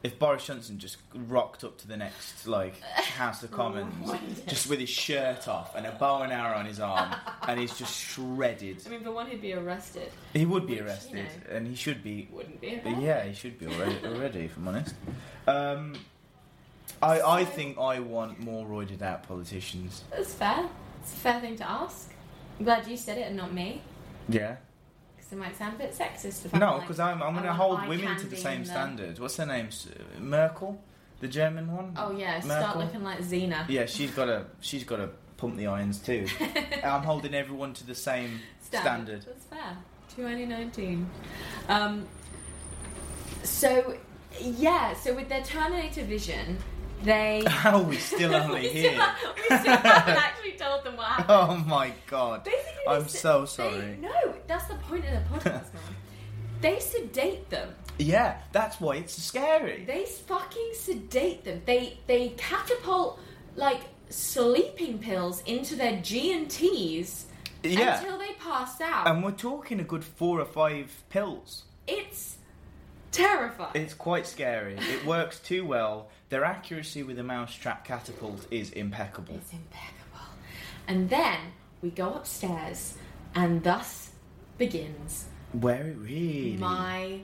Speaker 4: if Boris Johnson just rocked up to the next
Speaker 2: [laughs]
Speaker 4: like House of Commons, just with his shirt off and a bow and arrow on his arm, and he's just shredded.
Speaker 2: [laughs] I mean, for one, he'd be arrested.
Speaker 4: He would be
Speaker 2: Which, you
Speaker 4: arrested,
Speaker 2: know.
Speaker 4: and he should be
Speaker 2: Wouldn't be
Speaker 4: But
Speaker 2: arrested.
Speaker 4: yeah, he should be already, already if I'm honest. Um, I, I
Speaker 2: So-
Speaker 4: think I want more roided out politicians.
Speaker 2: That's fair. It's a fair thing to ask. I'm glad you said it and not me,
Speaker 4: Yeah.
Speaker 2: because it might sound a bit sexist. If
Speaker 4: No,
Speaker 2: like,
Speaker 4: because I'm, I'm
Speaker 2: I
Speaker 4: going to
Speaker 2: want
Speaker 4: hold
Speaker 2: eye
Speaker 4: women to
Speaker 2: candy
Speaker 4: the same
Speaker 2: and uh, the-
Speaker 4: standard. What's her name? S- Merkel, the German one.
Speaker 2: Oh yeah, start
Speaker 4: Merkel?
Speaker 2: looking like Xena.
Speaker 4: Yeah, she's got to she's got to pump the
Speaker 2: [laughs]
Speaker 4: irons too. I'm holding everyone to the same standard.
Speaker 2: That's fair. 2019. Um, so, yeah, so with their Terminator vision,
Speaker 4: [laughs]
Speaker 2: they.
Speaker 4: How are
Speaker 2: [laughs]
Speaker 4: we still only
Speaker 2: we
Speaker 4: here?
Speaker 2: Still, we still
Speaker 4: [laughs]
Speaker 2: haven't actually told them what happened.
Speaker 4: Oh my god!
Speaker 2: Basically, they
Speaker 4: I'm
Speaker 2: se-
Speaker 4: so
Speaker 2: They,
Speaker 4: sorry.
Speaker 2: no, that's the point of the podcast,
Speaker 4: [laughs]
Speaker 2: man. They sedate them.
Speaker 4: Yeah, that's why it's scary.
Speaker 2: They fucking sedate them. They they catapult like sleeping pills into their G and Ts
Speaker 4: yeah.
Speaker 2: until they pass out.
Speaker 4: And we're talking a good four or five pills.
Speaker 2: it's terrifying.
Speaker 4: It's quite scary. It works too well. Their accuracy with a mousetrap catapult is impeccable.
Speaker 2: It's impeccable. And then we go upstairs, and thus begins
Speaker 4: Where it really.
Speaker 2: my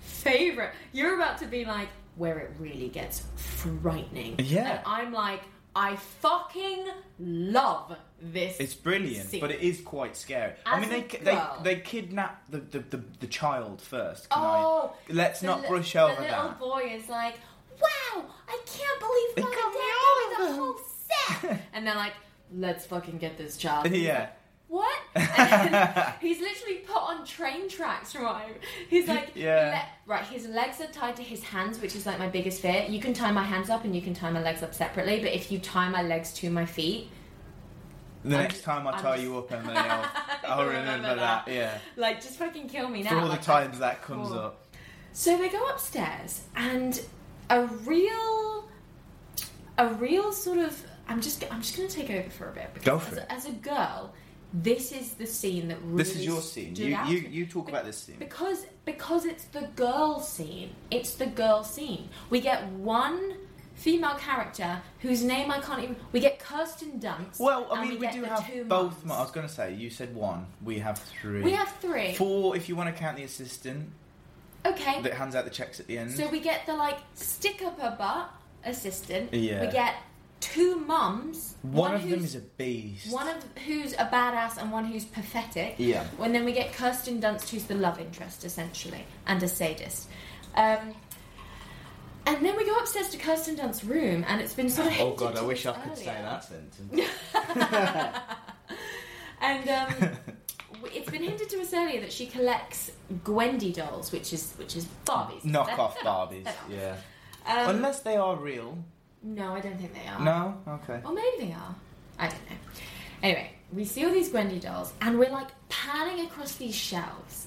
Speaker 2: favorite. You're about to be like, where it really gets frightening.
Speaker 4: Yeah.
Speaker 2: And I'm like, I fucking love this.
Speaker 4: It's brilliant,
Speaker 2: scene.
Speaker 4: but it is quite scary. I
Speaker 2: As
Speaker 4: mean,
Speaker 2: a
Speaker 4: they ki- they,
Speaker 2: girl-
Speaker 4: they kidnap the, the, the, the child first. Can
Speaker 2: Oh,
Speaker 4: I? Let's
Speaker 2: the
Speaker 4: not
Speaker 2: li-
Speaker 4: brush over
Speaker 2: The little
Speaker 4: that.
Speaker 2: boy is like, wow, I can't believe
Speaker 4: They
Speaker 2: mom
Speaker 4: got
Speaker 2: and dad
Speaker 4: me
Speaker 2: gave me the
Speaker 4: all
Speaker 2: whole
Speaker 4: of [laughs]
Speaker 2: set. and they're like, let's fucking get this child. And he's
Speaker 4: Yeah.
Speaker 2: like,
Speaker 4: [laughs]
Speaker 2: what? [laughs] And then he's literally put on train tracks, right? He's like,
Speaker 4: [laughs] Yeah.
Speaker 2: le- right, his legs are tied to his hands, which is like my biggest fear. You can tie my hands up and you can tie my legs up separately, but if you tie my legs to my feet,
Speaker 4: The
Speaker 2: I'm
Speaker 4: next
Speaker 2: just-
Speaker 4: time I
Speaker 2: I'm
Speaker 4: tie
Speaker 2: [laughs] just-
Speaker 4: you up, Emily, I'll, I'll
Speaker 2: You'll
Speaker 4: remember,
Speaker 2: remember
Speaker 4: that.
Speaker 2: that.
Speaker 4: Yeah.
Speaker 2: like, just fucking kill me now.
Speaker 4: For all the
Speaker 2: Like,
Speaker 4: times that comes
Speaker 2: cool.
Speaker 4: up.
Speaker 2: So they go upstairs, and a real, a real sort of. I'm just. I'm just going to take over for a bit. Because
Speaker 4: Go for
Speaker 2: as,
Speaker 4: it.
Speaker 2: A, as a girl, this is the scene that really.
Speaker 4: This is your scene.
Speaker 2: stood
Speaker 4: You,
Speaker 2: out
Speaker 4: you,
Speaker 2: to me.
Speaker 4: you talk
Speaker 2: Be-
Speaker 4: about this scene.
Speaker 2: because because it's the girl scene. It's the girl scene. We get one female character whose name I can't even. We get Kirsten Dunst.
Speaker 4: Well, I
Speaker 2: and
Speaker 4: mean, we,
Speaker 2: get
Speaker 4: do
Speaker 2: the
Speaker 4: have
Speaker 2: two
Speaker 4: both. mo- I
Speaker 2: mums.
Speaker 4: was going to say, you said one. We have three.
Speaker 2: We have three.
Speaker 4: four if you want to count the assistant
Speaker 2: Okay.
Speaker 4: that hands out the checks at the end.
Speaker 2: So we get the like stick up a butt assistant.
Speaker 4: Yeah.
Speaker 2: We get two mums.
Speaker 4: one, of them
Speaker 2: who's-
Speaker 4: is a beast.
Speaker 2: one of who's a badass and one who's pathetic.
Speaker 4: Yeah.
Speaker 2: And then we get Kirsten Dunst, who's the love interest essentially and a sadist. Um, and then we go upstairs to Kirsten Dunst's room, and it's been sort of.
Speaker 4: Oh
Speaker 2: hinted
Speaker 4: god, I
Speaker 2: to
Speaker 4: wish I
Speaker 2: us [laughs]
Speaker 4: could say
Speaker 2: earlier.
Speaker 4: that sentence. [laughs]
Speaker 2: And um, it's been hinted to us earlier that she collects Gwendy dolls, which is which is Barbies.
Speaker 4: Knock
Speaker 2: They're-
Speaker 4: off
Speaker 2: they're not-
Speaker 4: Barbies.
Speaker 2: they're not.
Speaker 4: Yeah.
Speaker 2: [laughs] Um,
Speaker 4: Unless they are real.
Speaker 2: no, I don't think they are.
Speaker 4: No? Okay.
Speaker 2: Or maybe they are. I don't know. Anyway, we see all these Gwendy dolls, and we're like panning across these shelves,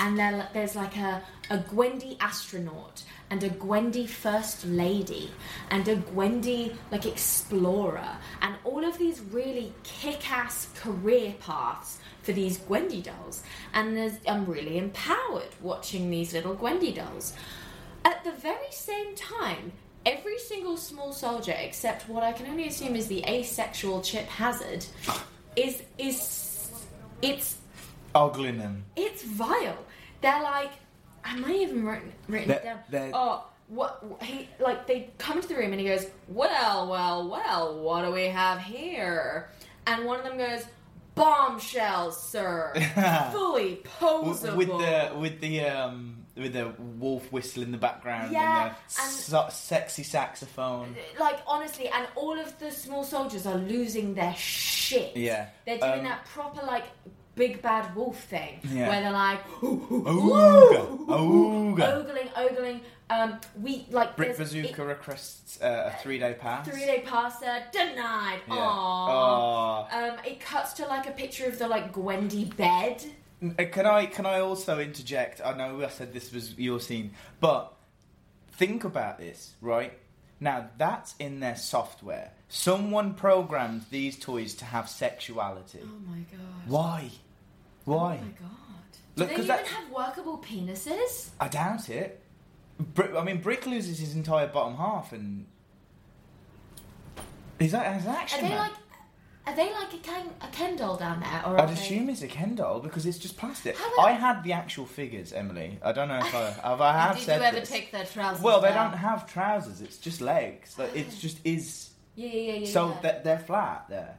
Speaker 2: and there, there's like a, a Gwendy astronaut, and a Gwendy first lady, and a Gwendy like explorer, and all of these really kick-ass career paths for these Gwendy dolls. And there's, I'm really empowered watching these little Gwendy dolls. At the very same time, every single small soldier, except what I can only assume is the asexual Chip Hazard, is is it's
Speaker 4: Ogling them.
Speaker 2: it's vile. They're like, I might even written written it
Speaker 4: They're-
Speaker 2: down.
Speaker 4: they're-
Speaker 2: Oh, what he like? They come into the room and he goes, "Well, well, well, what do we have here?" And one of them goes, "Bombshells,
Speaker 4: [laughs]
Speaker 2: sir, fully
Speaker 4: W-
Speaker 2: posable."
Speaker 4: With the with the um with the wolf whistle in the background
Speaker 2: Yeah,
Speaker 4: and the
Speaker 2: and-
Speaker 4: so- sexy saxophone.
Speaker 2: like honestly, and all of the small soldiers are losing their shit.
Speaker 4: Yeah.
Speaker 2: they're doing
Speaker 4: Um,
Speaker 2: that proper like big bad wolf thing
Speaker 4: Yeah.
Speaker 2: where they're like
Speaker 4: Ooga, ooga.
Speaker 2: ogling, ogling. Um, we like
Speaker 4: Brick
Speaker 2: there's-
Speaker 4: Bazooka
Speaker 2: it-
Speaker 4: requests uh, a three day pass.
Speaker 2: Three-day passer denied.
Speaker 4: Yeah. Uh,
Speaker 2: Aww.
Speaker 4: Aw.
Speaker 2: Um, it cuts to like a picture of the like Gwendy bed.
Speaker 4: Uh, Can I can I also interject? I know I said this was your scene, but think about this, right? Now that's in their software. Someone programmed these toys to have sexuality.
Speaker 2: Oh my god.
Speaker 4: Why? Why?
Speaker 2: Oh my god. Do
Speaker 4: Look,
Speaker 2: they
Speaker 4: 'cause
Speaker 2: even
Speaker 4: that's-
Speaker 2: have workable penises?
Speaker 4: I doubt it. Br- I mean, Brick loses his entire bottom half, and is that as
Speaker 2: Are
Speaker 4: action?
Speaker 2: they
Speaker 4: man.
Speaker 2: like? Are they like a Ken, a Ken doll down there? Or
Speaker 4: I'd
Speaker 2: are they-
Speaker 4: assume it's a Ken doll because it's just plastic.
Speaker 2: How
Speaker 4: I
Speaker 2: about-
Speaker 4: had the actual figures, Emily. I don't know if
Speaker 2: [laughs]
Speaker 4: I have. I have
Speaker 2: Did
Speaker 4: said
Speaker 2: you ever
Speaker 4: this.
Speaker 2: take their trousers?
Speaker 4: Well, they
Speaker 2: down?
Speaker 4: don't have trousers. It's just legs. Like
Speaker 2: [gasps]
Speaker 4: it's just is.
Speaker 2: Yeah, yeah, yeah. yeah
Speaker 4: So
Speaker 2: yeah.
Speaker 4: that they're flat there.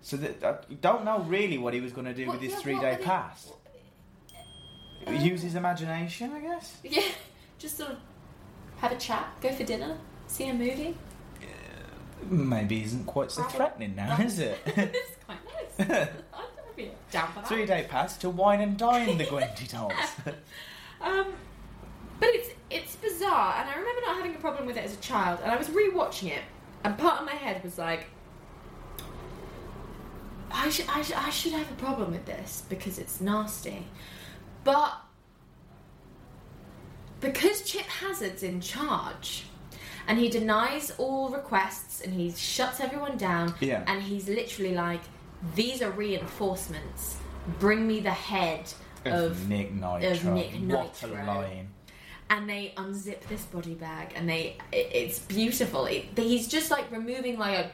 Speaker 4: So that I don't know really what he was going to do
Speaker 2: What-
Speaker 4: with his
Speaker 2: yeah, what Um,
Speaker 4: three-day
Speaker 2: were they-
Speaker 4: pass. Use his imagination, I guess.
Speaker 2: [laughs] Yeah, just sort of have a chat, go for dinner, see a
Speaker 4: [laughs]
Speaker 2: movie. [laughs]
Speaker 4: Maybe isn't quite so threatening now, is it? [laughs]
Speaker 2: it's quite nice. I'd be down for that.
Speaker 4: Three-day pass to wine and dine the Gwendy
Speaker 2: [laughs]
Speaker 4: dolls.
Speaker 2: Um, but it's it's bizarre, and I remember not having a problem with it as a child, and I was rewatching it, and part of my head was like, I should I should, I should have a problem with this because it's nasty, but because Chip Hazard's in charge. And he denies all requests and he shuts everyone down.
Speaker 4: Yeah.
Speaker 2: And he's literally like, these are reinforcements. Bring me the head of
Speaker 4: Nick Nitro.
Speaker 2: Nick
Speaker 4: what
Speaker 2: Nitro.
Speaker 4: a line.
Speaker 2: and they unzip this body bag and they it, it's beautiful it, he's just like removing like a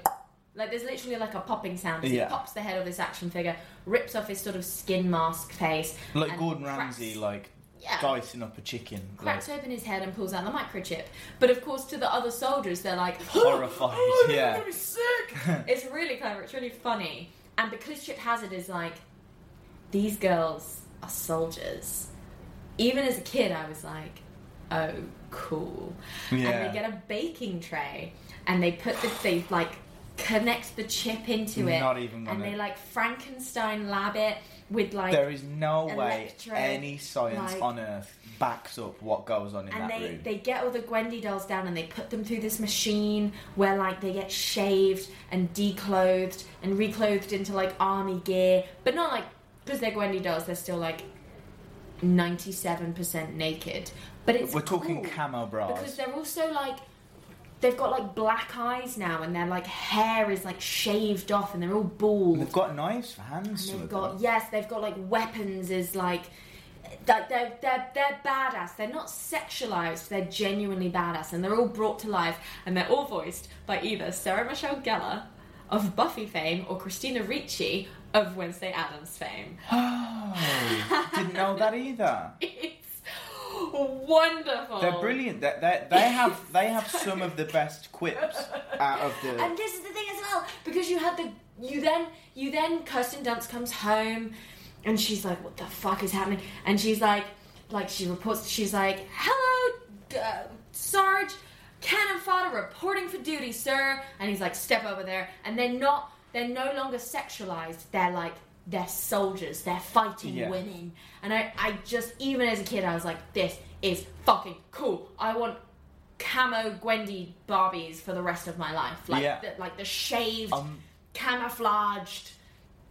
Speaker 2: like there's literally like a popping sound as
Speaker 4: Yeah.
Speaker 2: he pops the head of this action figure rips off his sort of skin mask face
Speaker 4: Like
Speaker 2: and
Speaker 4: Gordon
Speaker 2: cracks-
Speaker 4: Ramsay, like
Speaker 2: Yeah.
Speaker 4: dicing up a chicken. Like,
Speaker 2: cracks open his head and pulls out the microchip but of course to the other soldiers they're like [gasps]
Speaker 4: Horrified,
Speaker 2: oh, they're
Speaker 4: yeah.
Speaker 2: gonna be sick
Speaker 4: [laughs]
Speaker 2: it's really clever it's really funny and because Chip Hazard is like these girls are soldiers even as a kid, I was like, oh, cool.
Speaker 4: Yeah.
Speaker 2: And they get a baking tray and they put the, they like connect the chip into it.
Speaker 4: Not even
Speaker 2: And
Speaker 4: gonna-
Speaker 2: they like Frankenstein lab it with like.
Speaker 4: there is no way
Speaker 2: Electro,
Speaker 4: any science
Speaker 2: like-
Speaker 4: on earth backs up what goes on in
Speaker 2: and
Speaker 4: that
Speaker 2: they,
Speaker 4: room.
Speaker 2: they get all the Gwendy dolls down and they put them through this machine where like they get shaved and declothed and reclothed into like army gear, but not like because they're Gwendy dolls, they're still like ninety seven percent naked. But it's
Speaker 4: We're talking
Speaker 2: cool.
Speaker 4: camo bras.
Speaker 2: because they're also like they've got like black eyes now and their like hair is like shaved off and they're all bald
Speaker 4: They've got knives for hands. some
Speaker 2: they've
Speaker 4: of
Speaker 2: got [laughs]
Speaker 4: them.
Speaker 2: yes they've got like weapons is like like they're, they're, they're badass they're not sexualized they're genuinely badass and they're all brought to life and they're all voiced by either sarah michelle gellar of buffy fame or christina ricci of wednesday adams fame [laughs]
Speaker 4: Oh, didn't know that either.
Speaker 2: it's wonderful
Speaker 4: They're brilliant. They, they,
Speaker 2: [laughs]
Speaker 4: they have they have some of the best quips out of the.
Speaker 2: And this is the thing as well, because you had the you then you then Kirsten Dunst comes home, and she's like, "What the fuck is happening?" And she's like, like she reports, she's like, "Hello, uh, Sarge, Cannon fodder reporting for duty, sir." And he's like, "Step over there." And they're not, they're no longer sexualized. They're like they're soldiers, they're fighting
Speaker 4: Yeah.
Speaker 2: women. And I, I just, even as a kid, I was like, this is fucking cool. I want camo Gwendy Barbies for the rest of my life. Like,
Speaker 4: Yeah.
Speaker 2: the, like the shaved,
Speaker 4: Um,
Speaker 2: camouflaged.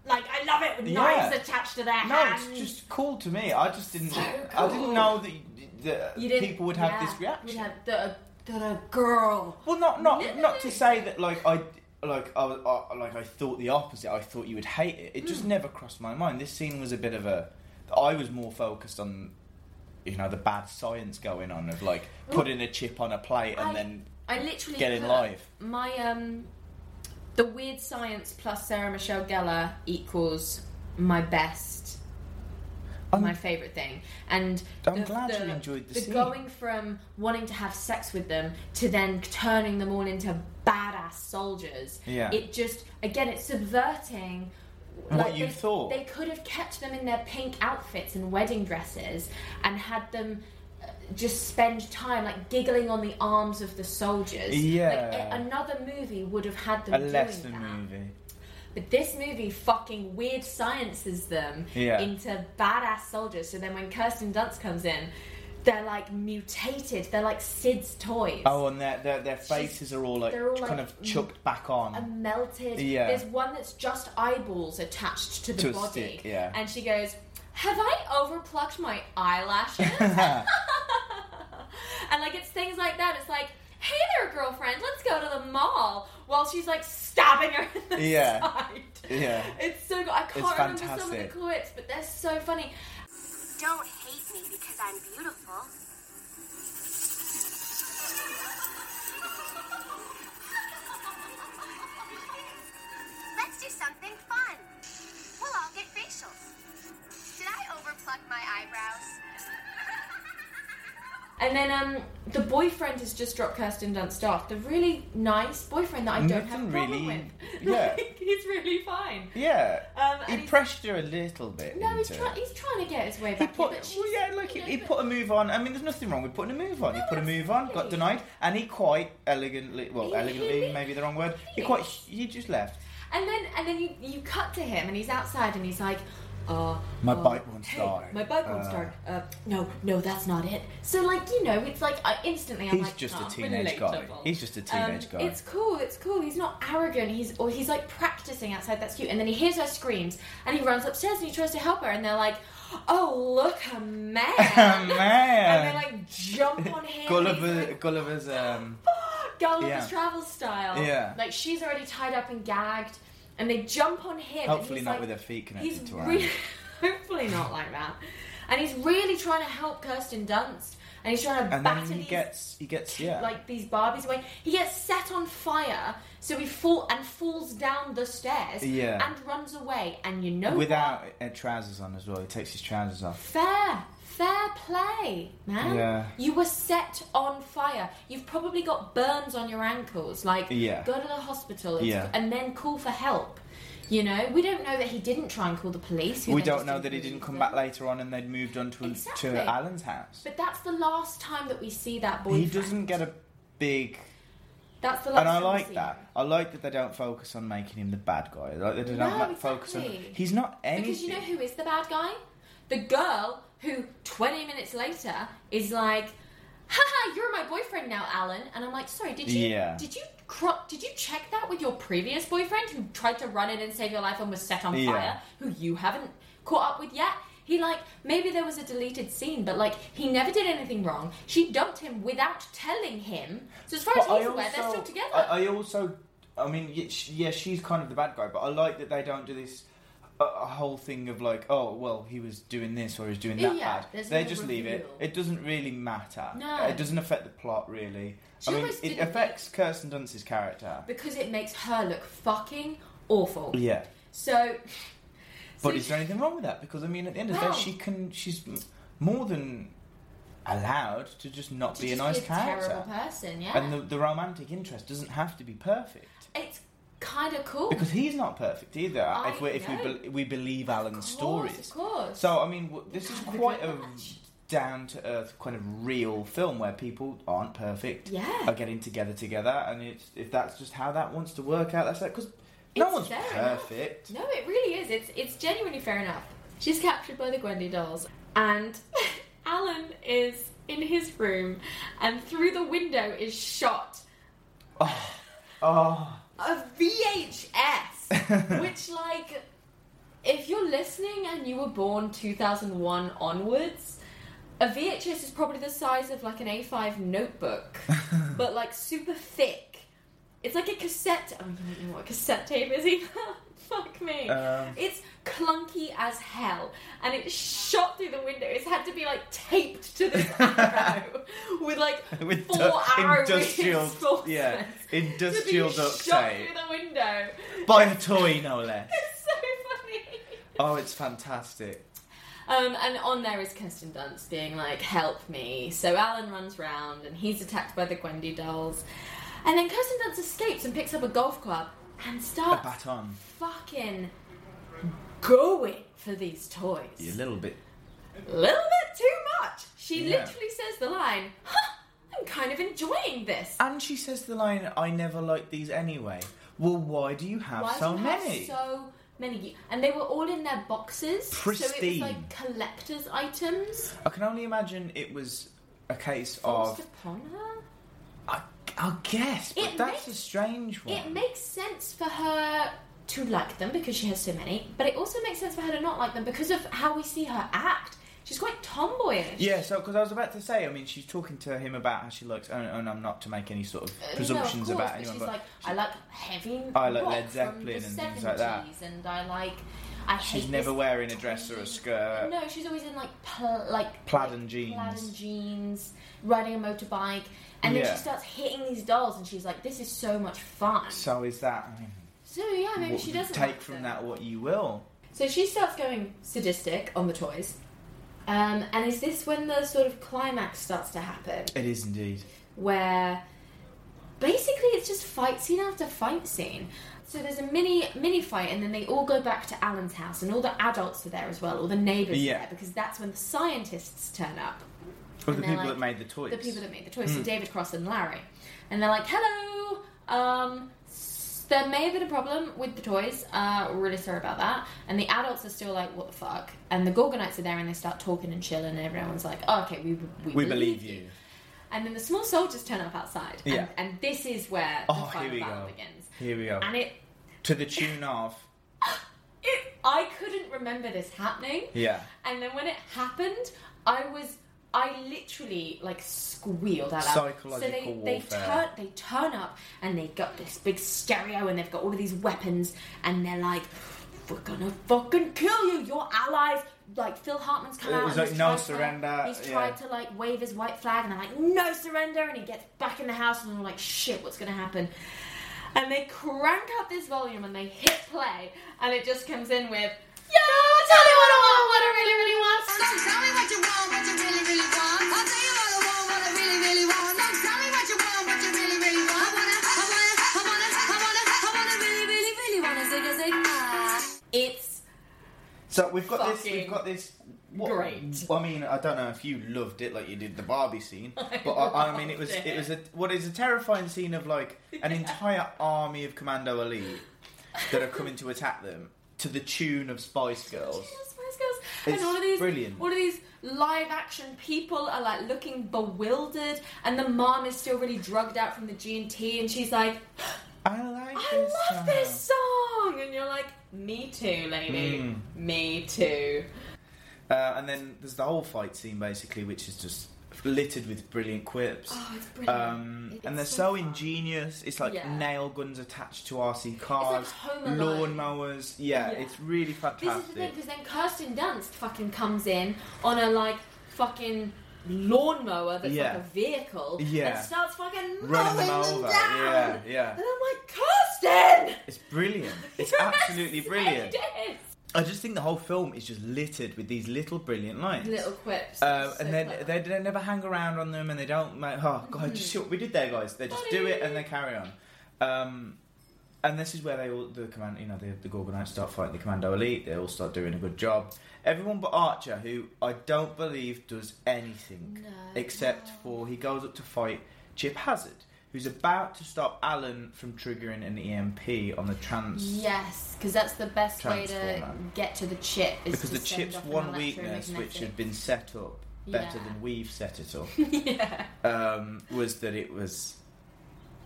Speaker 2: Like, I love it with
Speaker 4: Yeah.
Speaker 2: knives attached to their
Speaker 4: No,
Speaker 2: hands.
Speaker 4: it's just cool to me. I just didn't.
Speaker 2: So
Speaker 4: I didn't
Speaker 2: cool.
Speaker 4: know that, y- that
Speaker 2: You didn't-
Speaker 4: people would have
Speaker 2: yeah,
Speaker 4: this
Speaker 2: Would
Speaker 4: reaction.
Speaker 2: have the, the girl.
Speaker 4: Well, not not
Speaker 2: No, no,
Speaker 4: not
Speaker 2: no.
Speaker 4: to say that like I like I, I like I thought the opposite. I thought you would hate it. It just
Speaker 2: Mm.
Speaker 4: never crossed my mind. This scene was a bit of a. I was more focused on, you know, the bad science going on of like putting a chip on a plate and
Speaker 2: I-
Speaker 4: then
Speaker 2: I literally
Speaker 4: Get in
Speaker 2: put
Speaker 4: live.
Speaker 2: My um, the weird science plus Sarah Michelle Gellar equals my best,
Speaker 4: I'm-
Speaker 2: my favorite thing. And
Speaker 4: I'm glad you enjoyed the scene.
Speaker 2: going from wanting to have sex with them to then turning them all into badass soldiers.
Speaker 4: Yeah.
Speaker 2: it just again it's subverting.
Speaker 4: What you
Speaker 2: they,
Speaker 4: thought.
Speaker 2: they could have kept them in their pink outfits and wedding dresses and had them uh, just spend time like giggling on the arms of the soldiers. Like,
Speaker 4: Yeah.
Speaker 2: a- another movie would have had them
Speaker 4: a
Speaker 2: doing
Speaker 4: lesser
Speaker 2: that.
Speaker 4: movie.
Speaker 2: But this movie fucking weird sciences them
Speaker 4: Yeah.
Speaker 2: into badass soldiers. So then when Kirsten Dunst comes in, they're like mutated. They're like Sid's toys.
Speaker 4: Oh, and their their, their faces are all like
Speaker 2: they're all,
Speaker 4: kind
Speaker 2: like, um,
Speaker 4: of chucked back on.
Speaker 2: a melted.
Speaker 4: Yeah.
Speaker 2: There's one that's just eyeballs attached to the
Speaker 4: To a
Speaker 2: body.
Speaker 4: stick, yeah.
Speaker 2: And she goes, "Have I overplucked my eyelashes?" [laughs] and like it's things like that. It's like, "Hey there, girlfriend, let's go to the mall," while she's like stabbing her in the
Speaker 4: [laughs] Yeah.
Speaker 2: side.
Speaker 4: Yeah.
Speaker 2: It's so good. I can't
Speaker 4: It's
Speaker 2: remember some of the
Speaker 4: fantastic.
Speaker 2: clips, but they're so funny.
Speaker 5: Don't hate me because I'm beautiful. Let's do something fun. We'll all get facials. Did I overpluck my eyebrows?
Speaker 2: And then um, the boyfriend has just dropped Kirsten Dunst off. The really nice boyfriend that I don't have a
Speaker 4: Nothing
Speaker 2: problem
Speaker 4: Mm, really-
Speaker 2: with.
Speaker 4: yeah.
Speaker 2: [laughs] Like, he's really fine.
Speaker 4: yeah,
Speaker 2: Um, and
Speaker 4: he
Speaker 2: he's-
Speaker 4: pressured her a little bit.
Speaker 2: No, he's,
Speaker 4: into
Speaker 2: try-
Speaker 4: it.
Speaker 2: he's trying to get his way back.
Speaker 4: He
Speaker 2: in,
Speaker 4: put,
Speaker 2: but she's-
Speaker 4: well, yeah, look, he,
Speaker 2: you know,
Speaker 4: he
Speaker 2: but-
Speaker 4: put a move on. I mean, there's nothing wrong with putting a move on. he
Speaker 2: No,
Speaker 4: put a move on, got
Speaker 2: absolutely.
Speaker 4: denied, and he quite elegantly, well,
Speaker 2: He-
Speaker 4: elegantly,
Speaker 2: he-
Speaker 4: maybe the wrong word. He
Speaker 2: he-
Speaker 4: quite, he just left.
Speaker 2: And then and then you, you cut to him and he's outside and he's like, uh,
Speaker 4: My
Speaker 2: uh,
Speaker 4: bike won't
Speaker 2: hey,
Speaker 4: start.
Speaker 2: My bike won't
Speaker 4: Uh.
Speaker 2: start. Uh, no, no, that's not it. So like you know, it's like I instantly I'm
Speaker 4: He's
Speaker 2: like,
Speaker 4: just a
Speaker 2: "Oh,
Speaker 4: teenage guy.
Speaker 2: relatable."
Speaker 4: He's just a teenage
Speaker 2: Um,
Speaker 4: guy.
Speaker 2: It's cool. It's cool. He's not arrogant. He's or he's like practicing outside. That's cute. And then he hears her screams and he runs upstairs and he tries to help her and they're like, oh look a
Speaker 4: [laughs]
Speaker 2: man.
Speaker 4: Man.
Speaker 2: [laughs] And they like jump on him. and he's
Speaker 4: Gulliver,
Speaker 2: like, [gasps]
Speaker 4: Gulliver's, um,
Speaker 2: Gulliver's
Speaker 4: Yeah.
Speaker 2: travel style.
Speaker 4: Yeah.
Speaker 2: Like she's already tied up and gagged, and they jump on him. and
Speaker 4: hopefully
Speaker 2: he's
Speaker 4: not
Speaker 2: like-
Speaker 4: with her feet
Speaker 2: He's
Speaker 4: connected to her.
Speaker 2: really,
Speaker 4: hand.
Speaker 2: [laughs] hopefully not like that. And he's really trying to help Kirsten Dunst, and he's trying to
Speaker 4: And
Speaker 2: batter
Speaker 4: then he
Speaker 2: these
Speaker 4: gets, he gets, yeah.
Speaker 2: like these Barbies away. He gets set on fire, so he fall and falls down the stairs.
Speaker 4: Yeah.
Speaker 2: And runs away, and you know
Speaker 4: Without uh, trousers on as well. He takes his trousers off.
Speaker 2: Fair, fair play, man.
Speaker 4: Yeah.
Speaker 2: You were set on fire. You've probably got burns on your ankles. Like,
Speaker 4: Yeah.
Speaker 2: go to the hospital it's-
Speaker 4: Yeah.
Speaker 2: and then call for help. You know, we don't know that he didn't try and call the police. who
Speaker 4: We
Speaker 2: then
Speaker 4: don't
Speaker 2: just
Speaker 4: know that he didn't come
Speaker 2: them.
Speaker 4: back later on and they'd moved on to,
Speaker 2: Exactly.
Speaker 4: to Alan's house.
Speaker 2: But that's the last time that we see that boy.
Speaker 4: he doesn't get a big
Speaker 2: That's the last.
Speaker 4: and I
Speaker 2: time we
Speaker 4: like
Speaker 2: see him.
Speaker 4: that. I like that they don't focus on making him the bad guy. Like they don't
Speaker 2: No,
Speaker 4: ma- focus on.
Speaker 2: exactly.
Speaker 4: He's not anything.
Speaker 2: Because you know who is the bad guy? The girl who 20 minutes later is like, haha, you're my boyfriend now, Alan. And I'm like, sorry, did you
Speaker 4: Yeah.
Speaker 2: did you cro- did you check that with your previous boyfriend who tried to run in and save your life and was set on
Speaker 4: Yeah.
Speaker 2: fire, who you haven't caught up with yet? He like maybe there was a deleted scene, but like he never did anything wrong. She dumped him without telling him. So as far as
Speaker 4: But I
Speaker 2: he's aware, they're
Speaker 4: also-
Speaker 2: still together.
Speaker 4: I, I also, I mean, y- sh- yeah, she's kind of the bad guy, but I like that they don't do this. A a whole thing of like, oh well, he was doing this or he was doing that
Speaker 2: Yeah,
Speaker 4: bad.
Speaker 2: there's
Speaker 4: They
Speaker 2: no
Speaker 4: just leave it.
Speaker 2: reveal.
Speaker 4: It doesn't really matter.
Speaker 2: No.
Speaker 4: It doesn't affect the plot really.
Speaker 2: She
Speaker 4: I mean,
Speaker 2: almost
Speaker 4: it
Speaker 2: didn't-
Speaker 4: affects Kirsten Dunst's character.
Speaker 2: because it makes her look fucking awful.
Speaker 4: Yeah,
Speaker 2: So
Speaker 4: but
Speaker 2: so
Speaker 4: is there anything wrong with that? Because I mean, at the end of the
Speaker 2: Well-
Speaker 4: day, she can. She's m- more than allowed to just not
Speaker 2: to
Speaker 4: be a
Speaker 2: just
Speaker 4: nice
Speaker 2: be a
Speaker 4: character.
Speaker 2: terrible person, yeah.
Speaker 4: And the, the romantic interest doesn't have to be perfect
Speaker 2: it's kind of cool.
Speaker 4: because he's not perfect either. uh,
Speaker 2: I
Speaker 4: if we if we,
Speaker 2: know.
Speaker 4: bel we believe Alan's
Speaker 2: Of course,
Speaker 4: stories,
Speaker 2: Of course.
Speaker 4: so I mean w- this is
Speaker 2: Kind of
Speaker 4: quite a
Speaker 2: match.
Speaker 4: down to earth kind of real film where people aren't perfect,
Speaker 2: Yeah.
Speaker 4: are getting together together, and it's, if that's just how that wants to work out, that's that. Because no
Speaker 2: It's
Speaker 4: one's
Speaker 2: fair
Speaker 4: perfect.
Speaker 2: No, it really is. It's it's genuinely fair enough. She's captured by the Gwendy dolls, and [laughs] Alan is in his room, and through the window is shot
Speaker 4: Oh,
Speaker 2: a
Speaker 4: [laughs]
Speaker 2: VHS, which like, if you're listening and you were born 2001 onwards. A VHS is probably the size of like an A5
Speaker 4: [laughs]
Speaker 2: notebook, but like super thick. It's like a cassette. Oh, you don't know what a cassette tape is either. [laughs] Fuck me.
Speaker 4: Um.
Speaker 2: It's clunky as hell, and it shot through the window. It's had to be like taped to
Speaker 4: [laughs]
Speaker 2: this arrow with like
Speaker 4: with
Speaker 2: four
Speaker 4: du-
Speaker 2: arrow [laughs]
Speaker 4: industrial,
Speaker 2: reinforcements
Speaker 4: yeah,
Speaker 2: to be
Speaker 4: industrial duct
Speaker 2: shot
Speaker 4: tape
Speaker 2: through the window. [laughs]
Speaker 4: by a toy, no less. [laughs]
Speaker 2: It's so funny.
Speaker 4: Oh, it's fantastic.
Speaker 2: Um, and on there is Kirsten Dunst being like, "Help me!" So Alan runs round and he's attacked by the Gwendy dolls, and then Kirsten Dunst escapes and picks up a golf club and
Speaker 4: A
Speaker 2: starts
Speaker 4: baton.
Speaker 2: fucking going for these toys.
Speaker 4: You're a little bit.
Speaker 2: little bit too much. She
Speaker 4: Yeah.
Speaker 2: literally says the line, huh, I'm kind of enjoying this.
Speaker 4: And she says the line, "I never liked these anyway." Well, why do you have
Speaker 2: Why do
Speaker 4: so
Speaker 2: you have
Speaker 4: many?
Speaker 2: so many. And they were all in their boxes. So it was
Speaker 4: Pristine.
Speaker 2: like collector's items.
Speaker 4: I can only imagine it was a case
Speaker 2: Forced
Speaker 4: of.
Speaker 2: upon her.
Speaker 4: I, I guess, but
Speaker 2: It
Speaker 4: that's
Speaker 2: makes-
Speaker 4: a strange one.
Speaker 2: It makes sense for her to like them because she has so many, but it also makes sense for her to not like them because of how we see her act. She's quite tomboyish.
Speaker 4: Yeah, so because I was about to say, I mean, she's talking to him about how she looks, and, and I'm not to make any sort of
Speaker 2: Uh,
Speaker 4: presumptions
Speaker 2: no, of course,
Speaker 4: about
Speaker 2: But
Speaker 4: anyone,
Speaker 2: she's
Speaker 4: but
Speaker 2: like, I like heavy.
Speaker 4: I like
Speaker 2: rock
Speaker 4: Led
Speaker 2: from
Speaker 4: Zeppelin
Speaker 2: the
Speaker 4: and things like that.
Speaker 2: 70s, And I like. I hate
Speaker 4: she's never
Speaker 2: this
Speaker 4: wearing a dress or a
Speaker 2: tiny-
Speaker 4: skirt.
Speaker 2: No, she's always in like pl- like
Speaker 4: Plaid
Speaker 2: like plaid
Speaker 4: and jeans.
Speaker 2: and jeans, riding a motorbike, and then
Speaker 4: Yeah.
Speaker 2: she starts hitting these dolls, and she's like, "This is so much fun." So,
Speaker 4: So is that? I mean,
Speaker 2: yeah, maybe
Speaker 4: what-
Speaker 2: she doesn't
Speaker 4: take
Speaker 2: like
Speaker 4: from
Speaker 2: them.
Speaker 4: that what you will.
Speaker 2: So she starts going sadistic on the toys. Um, and is this when the sort of climax starts to happen?
Speaker 4: It is indeed.
Speaker 2: where basically it's just fight scene after fight scene. So there's a mini mini fight, and then they all go back to Alan's house, and all the adults are there as well, all the neighbors
Speaker 4: Yeah.
Speaker 2: are there because that's when the scientists turn up,
Speaker 4: Well, the
Speaker 2: they're
Speaker 4: people
Speaker 2: like-
Speaker 4: that made the toys.
Speaker 2: the people that made the choice,
Speaker 4: Hmm.
Speaker 2: so David Cross and Larry, and they're like, "Hello, um, s- there may have been a problem with the toys. Uh, we're really sorry about that." And the adults are still like, "What the fuck?" And the Gorgonites are there, and they start talking and chilling, and everyone's like, oh, "Okay, we we,
Speaker 4: we believe you.
Speaker 2: and then the small soldiers turn up outside.
Speaker 4: Yeah.
Speaker 2: And, and this is where the
Speaker 4: Oh, here
Speaker 2: final
Speaker 4: we
Speaker 2: battle
Speaker 4: go.
Speaker 2: begins.
Speaker 4: Here we go.
Speaker 2: And it,
Speaker 4: To the tune of.
Speaker 2: it, I couldn't remember this happening.
Speaker 4: [laughs] Yeah.
Speaker 2: And then when it happened, I was, I literally like squealed out. loud.
Speaker 4: Psychological
Speaker 2: so they, They
Speaker 4: warfare.
Speaker 2: turn, they turn up and they got this big stereo and they've got all of these weapons and they're like, we're gonna fucking kill you, your allies. Like Phil Hartman's come
Speaker 4: It
Speaker 2: out.
Speaker 4: was
Speaker 2: and
Speaker 4: like,
Speaker 2: he's
Speaker 4: "No
Speaker 2: tried to-
Speaker 4: surrender,"
Speaker 2: he's tried
Speaker 4: yeah.
Speaker 2: to like wave his white flag and they're like, no surrender. And he gets back in the house and they're like, shit, what's gonna happen? And they crank up this volume and they hit play and it just comes in with, yo, tell me what I want, what I really, really want.
Speaker 5: tell me what you want, what you really, really want. I'll tell you what I want, what I really, really want. Now tell me what you want, what you really, really want. I wanna, I wanna, I wanna, I wanna, I wanna really, really, really wanna zig a zig ah.
Speaker 2: It's
Speaker 4: So we've got this.
Speaker 2: Fucking
Speaker 4: We've got this. What,
Speaker 2: great.
Speaker 4: I mean, I don't know if you loved it like you did the
Speaker 2: [laughs]
Speaker 4: Barbie scene, but I, I mean, it was
Speaker 2: loved
Speaker 4: it was a what is a terrifying scene
Speaker 2: [laughs]
Speaker 4: of like an entire army of commando elite that are coming to attack them to the tune of Spice Girls.
Speaker 2: Spice Girls. And
Speaker 4: It's
Speaker 2: all of these
Speaker 4: brilliant.
Speaker 2: all of these live action people are like looking bewildered and the mom is still really drugged out from the G and T and she's like,
Speaker 4: I like
Speaker 2: [laughs] I
Speaker 4: this.
Speaker 2: love this song and you're like, Me too, lady.
Speaker 4: Hmm.
Speaker 2: Me too.
Speaker 4: song. Uh, and then there's the whole fight scene basically, which is just littered with brilliant quips.
Speaker 2: Oh, it's brilliant.
Speaker 4: Um,
Speaker 2: It's
Speaker 4: and they're so,
Speaker 2: so fun.
Speaker 4: ingenious. It's like
Speaker 2: Yeah.
Speaker 4: nail guns attached to RC cars,
Speaker 2: Home Alone.
Speaker 4: lawnmowers. Yeah,
Speaker 2: Yeah.
Speaker 4: it's really
Speaker 2: This is the
Speaker 4: fantastic.
Speaker 2: thing, because then Kirsten Dunst fucking comes in on a like fucking lawnmower that's
Speaker 4: Yeah.
Speaker 2: like a vehicle
Speaker 4: Yeah.
Speaker 2: and starts fucking
Speaker 4: Running them
Speaker 2: mowing
Speaker 4: over,
Speaker 2: down.
Speaker 4: yeah, yeah.
Speaker 2: And I'm like, Kirsten!
Speaker 4: It's brilliant.
Speaker 2: [laughs]
Speaker 4: It's
Speaker 2: Yes,
Speaker 4: absolutely brilliant.
Speaker 2: it is.
Speaker 4: I just think the whole film is just littered with these little brilliant lines.
Speaker 2: Little quips.
Speaker 4: Uh,
Speaker 2: So
Speaker 4: and then
Speaker 2: clever.
Speaker 4: they, they never hang around on them, and they don't. Make, oh god,
Speaker 2: Mm-hmm.
Speaker 4: just see what we did there, guys. They just do it and they carry on. Um, and this is where they all the command, you know, the, the Gorgonites start fighting the Commando Elite. They all start doing a good job. Everyone but Archer, who I don't believe does anything
Speaker 2: No.
Speaker 4: except for he goes up to fight Chip Hazard, who who's about to stop Alan from triggering an EMP on the trans.
Speaker 2: Yes, because that's the best way to
Speaker 4: Transformer.
Speaker 2: get to the chip. Is
Speaker 4: Because
Speaker 2: to
Speaker 4: the
Speaker 2: send
Speaker 4: chip's
Speaker 2: off an
Speaker 4: one weakness, which had
Speaker 2: electromagnetic-
Speaker 4: been set up better
Speaker 2: Yeah.
Speaker 4: than we've set it up,
Speaker 2: [laughs] yeah,
Speaker 4: um, was that it was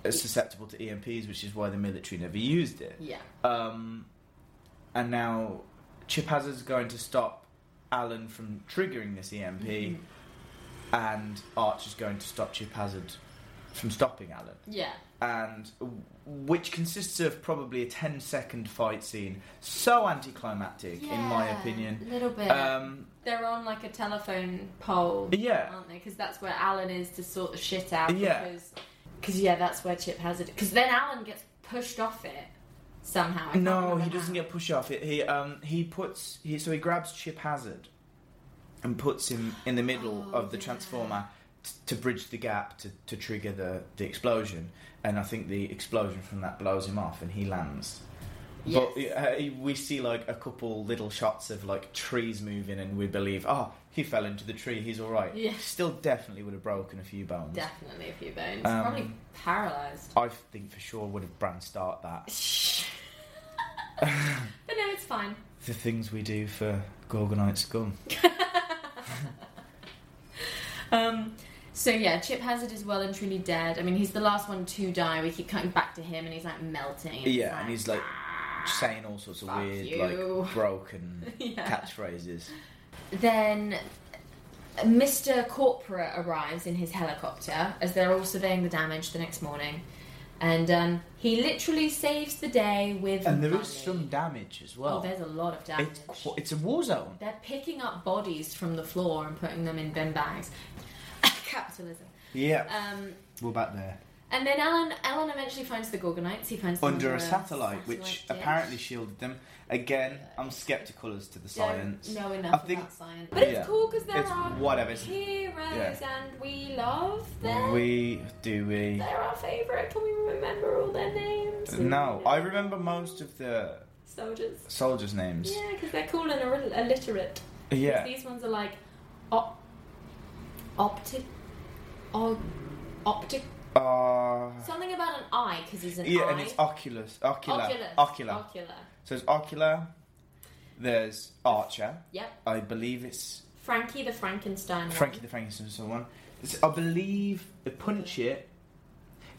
Speaker 4: uh, susceptible to EMPs, which is why the military never used it.
Speaker 2: yeah,
Speaker 4: Um, and now Chip Hazard's going to stop Alan from triggering this EMP,
Speaker 2: Mm-hmm.
Speaker 4: and Archer's going to stop Chip Hazard from stopping Alan.
Speaker 2: yeah.
Speaker 4: And w- which consists of probably a 10 second fight scene. So anticlimactic, in my
Speaker 2: Yeah,
Speaker 4: opinion.
Speaker 2: a little bit.
Speaker 4: Um,
Speaker 2: They're on like a telephone pole,
Speaker 4: Yeah.
Speaker 2: aren't they? Because that's where Alan is to sort the shit out.
Speaker 4: Yeah.
Speaker 2: because cause, yeah, that's where Chip has it. Because then Alan gets pushed off it somehow. I can't
Speaker 4: no,
Speaker 2: remember
Speaker 4: he doesn't
Speaker 2: how.
Speaker 4: get pushed off. It, he um, he puts he so he grabs Chip Hazard and puts him in the middle
Speaker 2: Oh,
Speaker 4: of the
Speaker 2: yeah.
Speaker 4: transformer t- to bridge the gap to, to trigger the, the explosion. And I think the explosion from that blows him off, and he lands. But uh, he- we see like a couple little shots of like trees moving, and we believe, oh, he fell into the tree. He's all right.
Speaker 2: Yeah.
Speaker 4: Still, definitely would have broken a few bones.
Speaker 2: Definitely a few bones.
Speaker 4: Um,
Speaker 2: Probably
Speaker 4: [laughs]
Speaker 2: paralyzed. [laughs]
Speaker 4: I think for sure would have brand start that.
Speaker 2: But no, it's fine.
Speaker 4: The things we do for Gorgonite scum.
Speaker 2: Um, so yeah, Chip Hazard is well and truly dead. I mean, he's the last one to die. We keep cutting back to him, and he's like melting. And
Speaker 4: Yeah, and he's like saying all sorts of
Speaker 2: Fuck
Speaker 4: weird,
Speaker 2: you. [laughs]
Speaker 4: like broken
Speaker 2: Yeah.
Speaker 4: catchphrases.
Speaker 2: Then Mr. Corpora arrives in his helicopter as they're all surveying the damage the next morning, and um, he literally saves the day with.
Speaker 4: And there
Speaker 2: money.
Speaker 4: is some damage as
Speaker 2: Oh,
Speaker 4: well.
Speaker 2: there's a lot of damage.
Speaker 4: it's qu- it's a war zone.
Speaker 2: They're picking up bodies from the floor and putting them in bin bags. [laughs] Capitalism.
Speaker 4: Yeah,
Speaker 2: Um,
Speaker 4: we're back there.
Speaker 2: and then Alan, Alan eventually finds the Gorgonites. He finds them
Speaker 4: Under a satellite, which
Speaker 2: dish.
Speaker 4: apparently shielded them. Again, I'm skeptical as to the
Speaker 2: Don't
Speaker 4: science.
Speaker 2: know
Speaker 4: I
Speaker 2: enough
Speaker 4: think
Speaker 2: about science, but it's
Speaker 4: yeah,
Speaker 2: cool because there
Speaker 4: it's
Speaker 2: are
Speaker 4: whatever, it's-
Speaker 2: heroes,
Speaker 4: yeah.
Speaker 2: and we love them.
Speaker 4: we do we.
Speaker 2: They're our favourite. Can we remember all their names?
Speaker 4: No, I remember most of the
Speaker 2: soldiers.
Speaker 4: soldiers' names.
Speaker 2: Yeah, because they're cool and are illiterate. 'Cause
Speaker 4: Yeah,
Speaker 2: These ones are like op, optic, og, optic,
Speaker 4: uh,
Speaker 2: something about an eye because he's an
Speaker 4: yeah,
Speaker 2: eye.
Speaker 4: and it's Oculus, Ocular,
Speaker 2: Oculus.
Speaker 4: Ocular.
Speaker 2: Ocular.
Speaker 4: So there's Ocular. There's Archer.
Speaker 2: Yep.
Speaker 4: I believe it's
Speaker 2: Frankie the Frankenstein. one.
Speaker 4: Frankie the Frankenstein someone. It's- I believe the punch it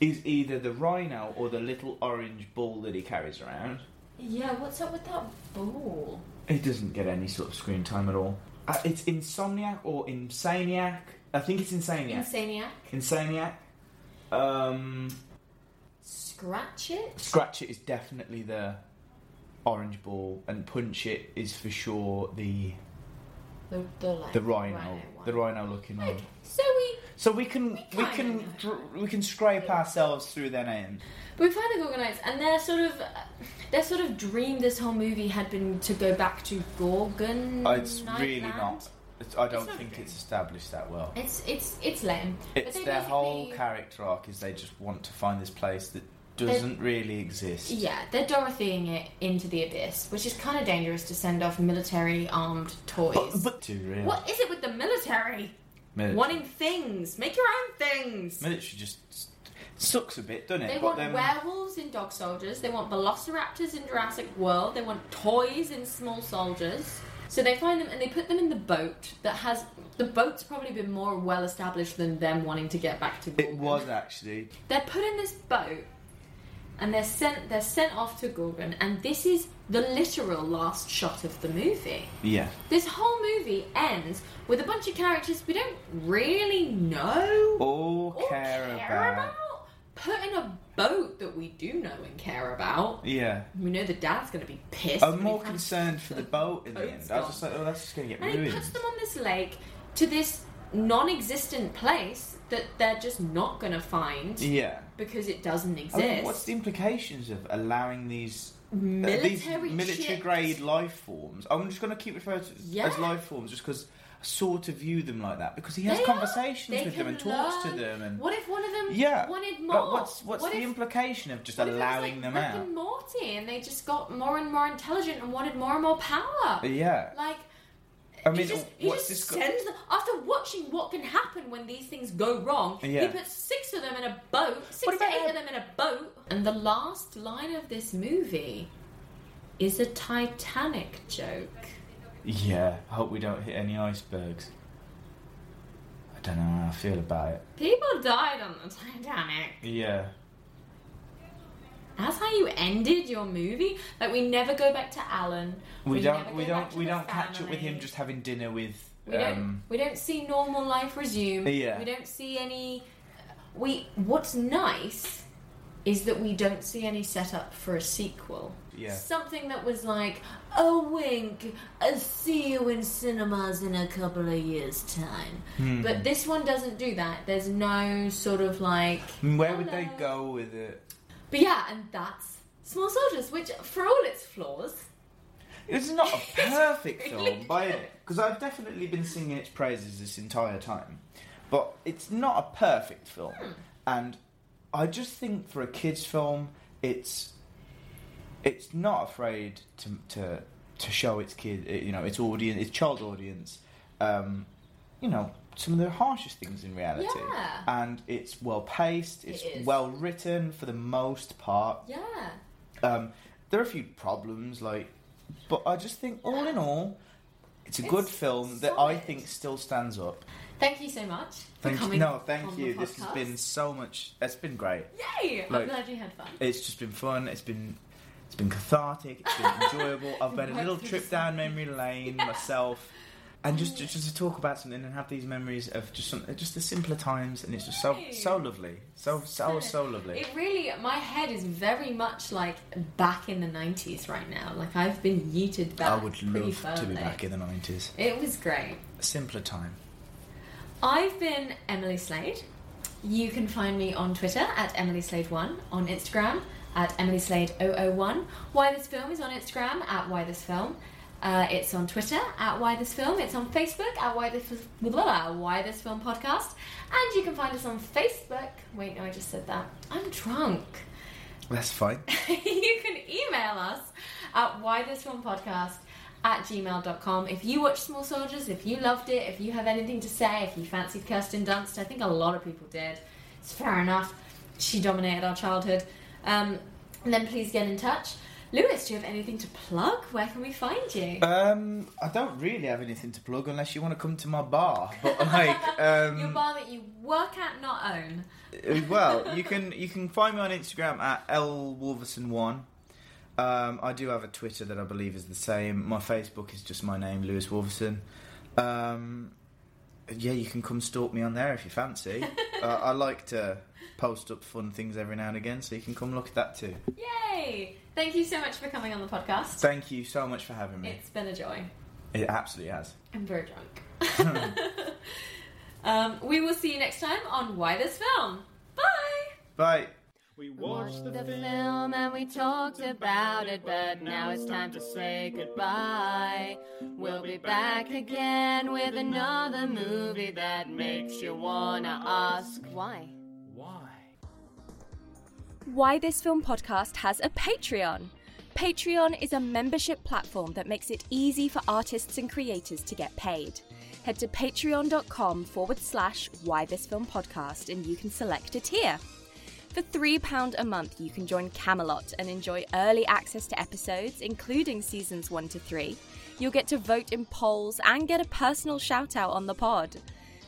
Speaker 4: is either the rhino or the little orange ball that he carries around.
Speaker 2: Yeah, what's up with that ball?
Speaker 4: He doesn't get any sort of screen time at all. Uh, it's Insomniac or Insaniac. I think it's Insaniac.
Speaker 2: Insaniac.
Speaker 4: Insaniac. Um,
Speaker 2: Scratch it.
Speaker 4: Scratch it is definitely the orange ball, and punch it is for sure the
Speaker 2: The, the, like,
Speaker 4: the rhino,
Speaker 2: one.
Speaker 4: the rhino looking one.
Speaker 2: Okay, so we
Speaker 4: So we can we,
Speaker 2: kinda
Speaker 4: can
Speaker 2: know.
Speaker 4: dr- we can scrape ourselves through their names.
Speaker 2: But we find the Gorgonites, and their sort of their sort of dream this whole movie had been to go back to Gorgon.
Speaker 4: Oh, It's
Speaker 2: Nightland.
Speaker 4: really not. It's, I don't
Speaker 2: not
Speaker 4: think
Speaker 2: good.
Speaker 4: it's established that well.
Speaker 2: It's it's it's lame. But
Speaker 4: It's
Speaker 2: they
Speaker 4: their whole
Speaker 2: basically-
Speaker 4: character arc is they just want to find this place that doesn't really exist.
Speaker 2: Yeah, they're Dorothying it into the abyss, which is kind of dangerous to send off military armed toys.
Speaker 4: But, Uh, but too real.
Speaker 2: what is it with the military?
Speaker 4: Military.
Speaker 2: Wanting things. Make your own things.
Speaker 4: Military just s- sucks a bit, doesn't it?
Speaker 2: They
Speaker 4: But
Speaker 2: want
Speaker 4: then-
Speaker 2: werewolves in Dog Soldiers. They want velociraptors in Jurassic World. They want toys in Small Soldiers. So they find them and they put them in the boat that has the boat's probably been more well established than them wanting to get back to.
Speaker 4: it
Speaker 2: Gorgon.
Speaker 4: was actually
Speaker 2: They're put in this boat and they're sent. They're sent off to Gorgon, and this is the literal last shot of the movie.
Speaker 4: yeah.
Speaker 2: This whole movie ends with a bunch of characters we don't really know
Speaker 4: All
Speaker 2: or
Speaker 4: care,
Speaker 2: care about. Put in a boat that we do know and care about.
Speaker 4: Yeah.
Speaker 2: We know the dad's going to be pissed.
Speaker 4: I'm
Speaker 2: when
Speaker 4: more
Speaker 2: he finds-
Speaker 4: concerned for the boat in the
Speaker 2: Boat's
Speaker 4: end. I was
Speaker 2: gone.
Speaker 4: just like, oh, that's just gonna get
Speaker 2: And he
Speaker 4: ruined.
Speaker 2: puts them on this lake to this non-existent place that they're just not going to find
Speaker 4: Yeah.
Speaker 2: because it doesn't
Speaker 4: I mean,
Speaker 2: exist.
Speaker 4: what's the implications of allowing these
Speaker 2: Military
Speaker 4: these military
Speaker 2: ships.
Speaker 4: grade life forms? I'm just going to keep referring to
Speaker 2: Yeah.
Speaker 4: as life forms, just because I sort of view them like that. Because he has
Speaker 2: They are-
Speaker 4: conversations
Speaker 2: they
Speaker 4: with them
Speaker 2: can
Speaker 4: and talks to
Speaker 2: learn.
Speaker 4: them, and
Speaker 2: What if one of them
Speaker 4: yeah,
Speaker 2: wanted
Speaker 4: Like,
Speaker 2: more?
Speaker 4: what's what's
Speaker 2: What
Speaker 4: the
Speaker 2: if-
Speaker 4: implication of just
Speaker 2: what if it was
Speaker 4: allowing
Speaker 2: like
Speaker 4: them
Speaker 2: Rick
Speaker 4: out?
Speaker 2: and Morty, and they just got more and more intelligent and wanted more and more power.
Speaker 4: yeah,
Speaker 2: Like,
Speaker 4: I mean,
Speaker 2: he just, he
Speaker 4: what's
Speaker 2: just
Speaker 4: this? Go-
Speaker 2: sends them after watching what can happen when these things go wrong. He
Speaker 4: Yeah.
Speaker 2: puts six of them in a boat,
Speaker 4: What
Speaker 2: six to
Speaker 4: about
Speaker 2: eight
Speaker 4: that-
Speaker 2: of them in a boat, and the last line of this movie is a Titanic joke.
Speaker 4: yeah. I hope we don't hit any icebergs. I don't know how I feel about it.
Speaker 2: People died on the Titanic.
Speaker 4: Yeah.
Speaker 2: That's how you ended your movie. Like we never go back to Alan.
Speaker 4: We
Speaker 2: never
Speaker 4: don't.
Speaker 2: go
Speaker 4: We
Speaker 2: back
Speaker 4: don't.
Speaker 2: to
Speaker 4: We
Speaker 2: the
Speaker 4: don't catch up with him
Speaker 2: family.
Speaker 4: just having dinner with.
Speaker 2: We
Speaker 4: um,
Speaker 2: don't. We don't see normal life resume.
Speaker 4: Yeah.
Speaker 2: We don't see any. We. What's nice is that we don't see any setup for a sequel.
Speaker 4: Yeah.
Speaker 2: Something that was like a wink, a see you in cinemas in a couple of years time.
Speaker 4: Hmm.
Speaker 2: But this one doesn't do that. There's no sort of like.
Speaker 4: Where would they
Speaker 2: hello.
Speaker 4: go with it?
Speaker 2: But yeah, and that's Small Soldiers, which for all its flaws,
Speaker 4: It's
Speaker 2: [laughs]
Speaker 4: not a perfect
Speaker 2: really
Speaker 4: film by it because I've definitely been singing its praises this entire time, but it's not a perfect film,
Speaker 2: Hmm.
Speaker 4: and I just think for a kids' film, it's it's not afraid to to to show its kid, eh, you know, its audience, its child audience, um, you know, some of the harshest things in reality,
Speaker 2: Yeah.
Speaker 4: and it's well paced, it's
Speaker 2: is.
Speaker 4: well written for the most part.
Speaker 2: yeah.
Speaker 4: Um, there are a few problems, like, but I just think all in all, it's a good
Speaker 2: It's
Speaker 4: film that I
Speaker 2: solid.
Speaker 4: think still stands up.
Speaker 2: Thank you so much for
Speaker 4: Thank you.
Speaker 2: coming.
Speaker 4: No, thank
Speaker 2: on
Speaker 4: you.
Speaker 2: The
Speaker 4: This has
Speaker 2: podcast.
Speaker 4: been so much. It's been great.
Speaker 2: Yay! I'm
Speaker 4: like-
Speaker 2: glad you had fun.
Speaker 4: It's just been fun. It's been. It's been cathartic. It's
Speaker 2: [laughs]
Speaker 4: been enjoyable. I've made a
Speaker 2: Right
Speaker 4: little
Speaker 2: through
Speaker 4: trip
Speaker 2: the [laughs]
Speaker 4: down memory lane myself, and just to, just to talk about something and have these memories of just some, just the simpler times, and it's just so
Speaker 2: Yay.
Speaker 4: so lovely, so so so lovely.
Speaker 2: It really, my head is very much like back in the 90s right now. Like I've been yeeted back.
Speaker 4: I would
Speaker 2: pretty
Speaker 4: love to be
Speaker 2: firmly.
Speaker 4: back in the nineties.
Speaker 2: It was great.
Speaker 4: Simpler time.
Speaker 2: I've been Emily Slade. You can find me on Twitter at Emily Slade1, on Instagram at Emily Slade001. Why This Film is on Instagram at Why This Film. Uh, it's on Twitter at Why This Film. It's on Facebook at Why This blah, blah, blah, Why This Film Podcast. And you can find us on Facebook. Wait, no, I just said that. I'm drunk.
Speaker 4: That's fine.
Speaker 2: [laughs] you can email us at whythisfilmpodcast at gmail.com if you watch small soldiers if you loved it if you have anything to say if you fancied kirsten dunst i think a lot of people did it's fair enough she dominated our childhood um, and then please get in touch lewis do you have anything to plug where can we find you
Speaker 4: Um, I don't really have anything to plug unless you want to come to my bar. But
Speaker 2: [laughs]
Speaker 4: like, um, eh,
Speaker 2: your bar that you work at not own
Speaker 4: well, you can you can find me on Instagram at lwolverson one. Um, I do have a Twitter that I believe is the same. My Facebook is just my name, Lewis Wolverson. Um, yeah, you can come stalk me on there if
Speaker 2: [laughs]
Speaker 4: you fancy. uh, I like to post up fun things every now and again, so you can come look at that too.
Speaker 2: yay thank you so much for coming on the podcast
Speaker 4: Thank you so much for having me.
Speaker 2: it's been a joy
Speaker 4: It absolutely has.
Speaker 2: I'm very drunk. [laughs] um, we will see you next time on Why This Film. Bye!
Speaker 4: Bye.
Speaker 7: We watched the
Speaker 3: the
Speaker 7: film.
Speaker 3: film and we talked about it, but now it's time to say goodbye. We'll be back again with another movie that makes you wanna ask why.
Speaker 7: Why?
Speaker 8: Why This Film podcast has a Patreon. Patreon is a membership platform that makes it easy for artists and creators to get paid. Head to patreon.com forward slash why this film podcast and you can select a tier. For £3 a month, you can join Camelot and enjoy early access to episodes, including seasons 1 to 3. You'll get to vote in polls and get a personal shout out on the pod.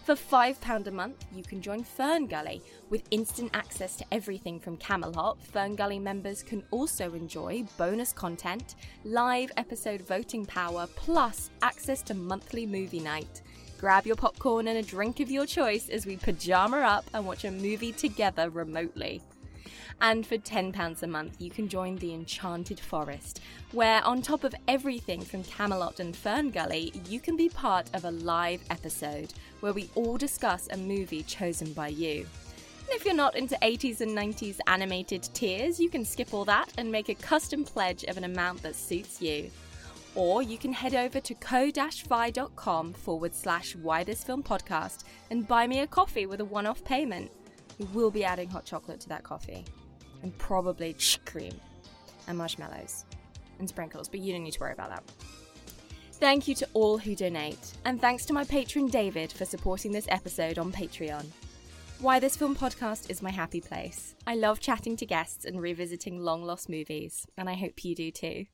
Speaker 8: For £5 a month, you can join Ferngully with instant access to everything from Camelot. Ferngully members can also enjoy bonus content, live episode voting power, plus access to monthly movie night. Grab your popcorn and a drink of your choice as we pajama up and watch a movie together remotely. And for £10 a month, you can join the Enchanted Forest, where, on top of everything from Camelot and Ferngully, you can be part of a live episode where we all discuss a movie chosen by you. And if you're not into 80s and 90s animated tiers, you can skip all that and make a custom pledge of an amount that suits you. Or you can head over to co-fi.com forward slash why this film podcast and buy me a coffee with a one-off payment. We will be adding hot chocolate to that coffee. And probably cream and marshmallows and sprinkles, but you don't need to worry about that.
Speaker 2: Thank you to all who donate, and thanks to my patron David for supporting this episode on Patreon. Why This Film podcast is my happy place. I love chatting to guests and revisiting long lost movies, and I hope you do too.